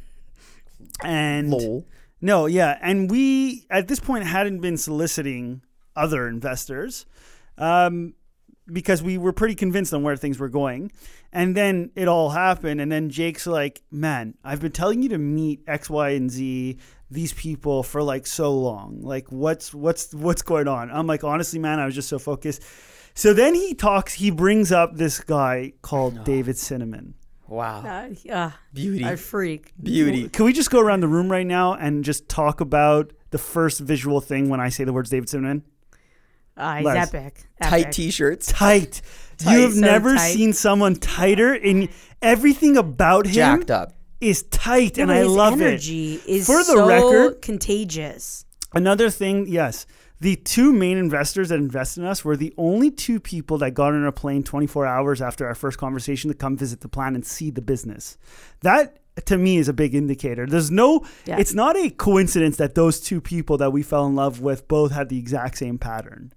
Speaker 1: and.
Speaker 2: Lol.
Speaker 1: No, yeah, and we at this point hadn't been soliciting other investors um, because we were pretty convinced on where things were going, and then it all happened, and then Jake's like, "Man, I've been telling you to meet X, Y, and Z." these people for like so long like what's what's what's going on i'm like honestly man i was just so focused so then he talks he brings up this guy called david cinnamon
Speaker 2: Wow.
Speaker 3: uh, yeah,
Speaker 2: Beauty.
Speaker 3: I freak.
Speaker 2: Beauty.
Speaker 1: Can we just go around the room right now and just talk about the first visual thing when I say the words David Simon?
Speaker 3: Uh, he's
Speaker 1: Les.
Speaker 3: epic.
Speaker 2: Tight
Speaker 3: Epic.
Speaker 2: t-shirts.
Speaker 1: Tight. You have
Speaker 3: So
Speaker 1: never
Speaker 3: tight.
Speaker 1: seen someone tighter in everything about him
Speaker 2: Jacked up.
Speaker 1: is tight
Speaker 3: Yeah,
Speaker 1: and
Speaker 3: but
Speaker 1: I
Speaker 3: his
Speaker 1: love
Speaker 3: energy
Speaker 1: it.
Speaker 3: is
Speaker 1: For the
Speaker 3: so
Speaker 1: record,
Speaker 3: contagious.
Speaker 1: another thing, yes. The two main investors that invested in us were the only two people that got on a plane 24 hours after our first conversation to come visit the plant and see the business. That to me is a big indicator. There's no
Speaker 3: Yeah.
Speaker 1: it's not a coincidence that those two people that we fell in love with both had the exact same pattern.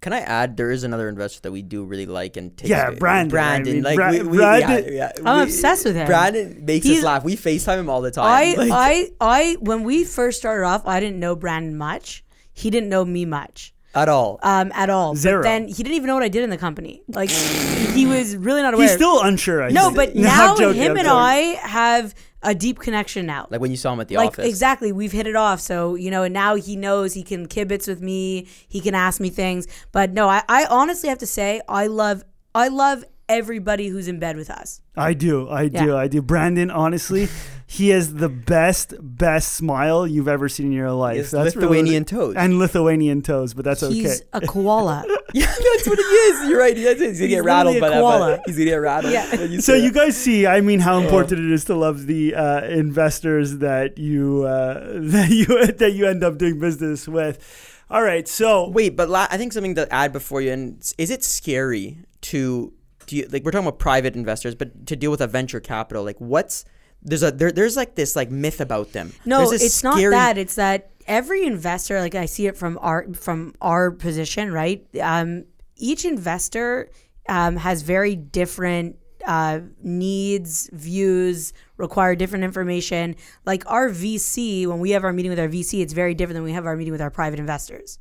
Speaker 2: Can I add? There is another investor that we do really like and take.
Speaker 1: Yeah, Brandon,
Speaker 2: Brandon.
Speaker 1: I mean,
Speaker 2: like
Speaker 1: Bra-
Speaker 2: we, we,
Speaker 1: Brandon-
Speaker 2: Yeah, yeah,
Speaker 3: I'm
Speaker 2: we-
Speaker 3: obsessed with him.
Speaker 2: Brandon makes
Speaker 3: He's-
Speaker 2: us laugh. We Facetime him all the time.
Speaker 3: I,
Speaker 2: Like,
Speaker 3: I, I. When we first started off, I didn't know Brandon much. He didn't know me much.
Speaker 2: at all.
Speaker 3: Um, at all.
Speaker 1: Zero.
Speaker 3: But then he didn't even know what I did in the company. Like he was really not aware.
Speaker 1: He's still unsure. I
Speaker 3: No,
Speaker 1: think.
Speaker 3: but
Speaker 1: I'm
Speaker 3: now
Speaker 1: joking,
Speaker 3: him
Speaker 1: I'm
Speaker 3: and
Speaker 1: joking.
Speaker 3: I have a deep connection now.
Speaker 2: like when you saw him at the
Speaker 3: Like,
Speaker 2: office.
Speaker 3: exactly, we've hit it off. So you know, and now he knows he can kibitz with me. He can ask me things. But no, I, I honestly have to say, I love, I love everybody who's in bed with us.
Speaker 1: I do, I do,
Speaker 3: Yeah.
Speaker 1: I do. Brandon, honestly, he has the best, best smile you've ever seen in your life.
Speaker 2: has Lithuanian toes.
Speaker 1: and Lithuanian toes, but that's
Speaker 3: He's
Speaker 1: okay.
Speaker 3: a koala.
Speaker 2: Yeah, that's what he is. You're right. He is. He's gonna get rattled
Speaker 3: literally
Speaker 2: by that.
Speaker 3: a koala.
Speaker 2: but He's gonna get rattled.
Speaker 3: Yeah.
Speaker 2: when
Speaker 1: So
Speaker 2: say
Speaker 1: you
Speaker 2: that.
Speaker 1: guys see, I mean, how important it is to love the uh, investors that you uh, that you that you end up doing business with. All right, so
Speaker 2: wait, but la- I think something to add before you end is it scary to do you, like we're talking about private investors, but to deal with a venture capital, like what's there's a there, there's like this like myth about them.
Speaker 3: No,
Speaker 2: There's this
Speaker 3: it's not
Speaker 2: scary-
Speaker 3: that. It's that every investor, like I see it from our from our position, right? Um, each investor um, has very different uh, needs, views, require different information. Like our VC, when we have our meeting with our VC, it's very different than we have our meeting with our private investors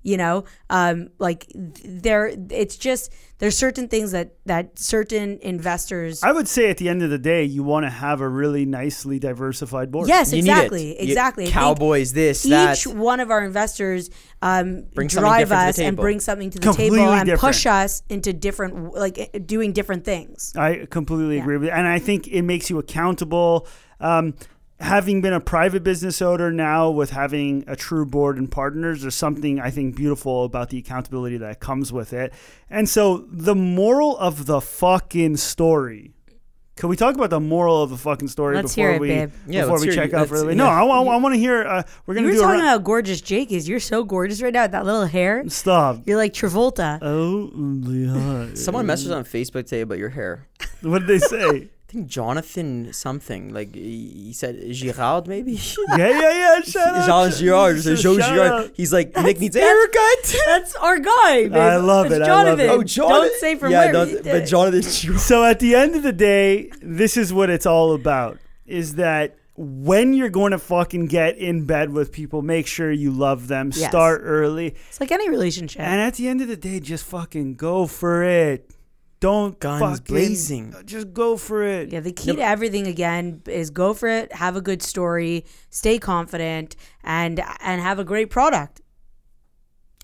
Speaker 3: you know um like th- there it's just there's certain things that that certain investors
Speaker 1: I would say at the end of the day, you want to have a really nicely diversified board.
Speaker 3: yes
Speaker 2: You need it.
Speaker 3: exactly
Speaker 2: You-
Speaker 3: exactly I think-
Speaker 2: Cowboys, this, that.
Speaker 3: each one of our investors um,
Speaker 2: something different
Speaker 3: drive
Speaker 2: to
Speaker 3: us
Speaker 2: the
Speaker 3: and
Speaker 2: table.
Speaker 3: bring something to the
Speaker 1: Completely
Speaker 3: table and push
Speaker 1: different.
Speaker 3: us into different like eh, doing different things
Speaker 1: I completely agree with you. And I think it makes you accountable. Um, having been a private business owner now with having a true board and partners, there's something I think beautiful about the accountability that comes with it. And so the moral of the fucking story. Can we talk about the moral of the fucking story
Speaker 3: Let's
Speaker 1: before
Speaker 3: hear it,
Speaker 1: we
Speaker 3: babe.
Speaker 2: Yeah,
Speaker 1: before we
Speaker 2: let's hear
Speaker 1: check
Speaker 2: you-
Speaker 1: out for the
Speaker 2: let's-
Speaker 1: No,
Speaker 2: yeah.
Speaker 1: I, want to hear. Uh, we're
Speaker 3: you
Speaker 1: gonna
Speaker 3: were
Speaker 1: do a ra-
Speaker 3: talking about how gorgeous jake is you're so gorgeous right now that little hair
Speaker 1: stop.
Speaker 3: you're like travolta
Speaker 1: Oh, Leon.
Speaker 2: Someone messaged on Facebook today about your hair.
Speaker 1: What did they say?
Speaker 2: I think Jonathan something. Like he he said Girard maybe.
Speaker 1: yeah, yeah, yeah. Shout out
Speaker 2: Jean
Speaker 1: to-
Speaker 2: Girard.
Speaker 1: shout
Speaker 2: Jean
Speaker 1: out.
Speaker 2: Girard. He's like Nick needs a haircut.
Speaker 3: That's our guy. babe.
Speaker 1: I love it,
Speaker 3: It's
Speaker 1: I love
Speaker 3: Jonathan.
Speaker 1: it.
Speaker 2: Oh, Jonathan.
Speaker 3: Don't say from
Speaker 2: yeah,
Speaker 3: where.
Speaker 2: don't- but Jonathan Girard.
Speaker 1: So at the end of the day, this is what it's all about: is that when you're going to fucking get in bed with people, make sure you love them.
Speaker 3: Yes.
Speaker 1: Start early,
Speaker 3: It's like any relationship.
Speaker 1: and at the end of the day, just fucking go for it. Don't
Speaker 2: Guns
Speaker 1: fucking,
Speaker 2: blazing.
Speaker 1: Just go for it.
Speaker 3: yeah, the key to everything again is go for it, have a good story, stay confident, and and have a great product.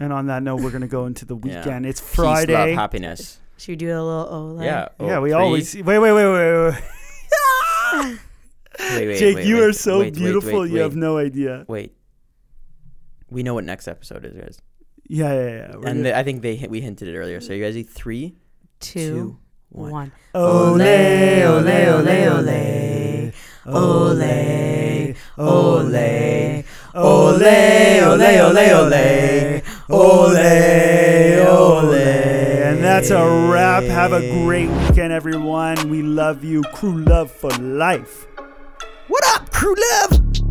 Speaker 1: And on that note, we're gonna go into the
Speaker 2: Yeah.
Speaker 1: weekend. It's
Speaker 2: Peace, love,
Speaker 1: Friday.
Speaker 2: happiness.
Speaker 3: Should we do a little oh like-
Speaker 2: Yeah. oh,
Speaker 1: yeah, we
Speaker 2: please.
Speaker 1: always wait, wait, wait, wait, wait.
Speaker 2: Wait, wait,
Speaker 1: Jake,
Speaker 2: wait,
Speaker 1: you
Speaker 2: wait,
Speaker 1: are so
Speaker 2: wait, wait,
Speaker 1: beautiful.
Speaker 2: wait,
Speaker 1: you have
Speaker 2: wait,
Speaker 1: no idea.
Speaker 2: Wait. We know what next episode is, guys.
Speaker 1: Yeah, yeah, yeah. We're
Speaker 2: and
Speaker 1: gonna-
Speaker 2: I think they hit, we hinted it earlier. So you guys eat three,
Speaker 3: two,
Speaker 2: two, one.
Speaker 3: one.
Speaker 1: Ole, ole, ole, ole.
Speaker 3: ole.
Speaker 1: Ole, ole.
Speaker 3: Ole,
Speaker 1: Ole, ole, ole, ole. Ole, ole. And that's a wrap. Have a great weekend, everyone. We love you. Crew love for life.
Speaker 2: What up, crew love?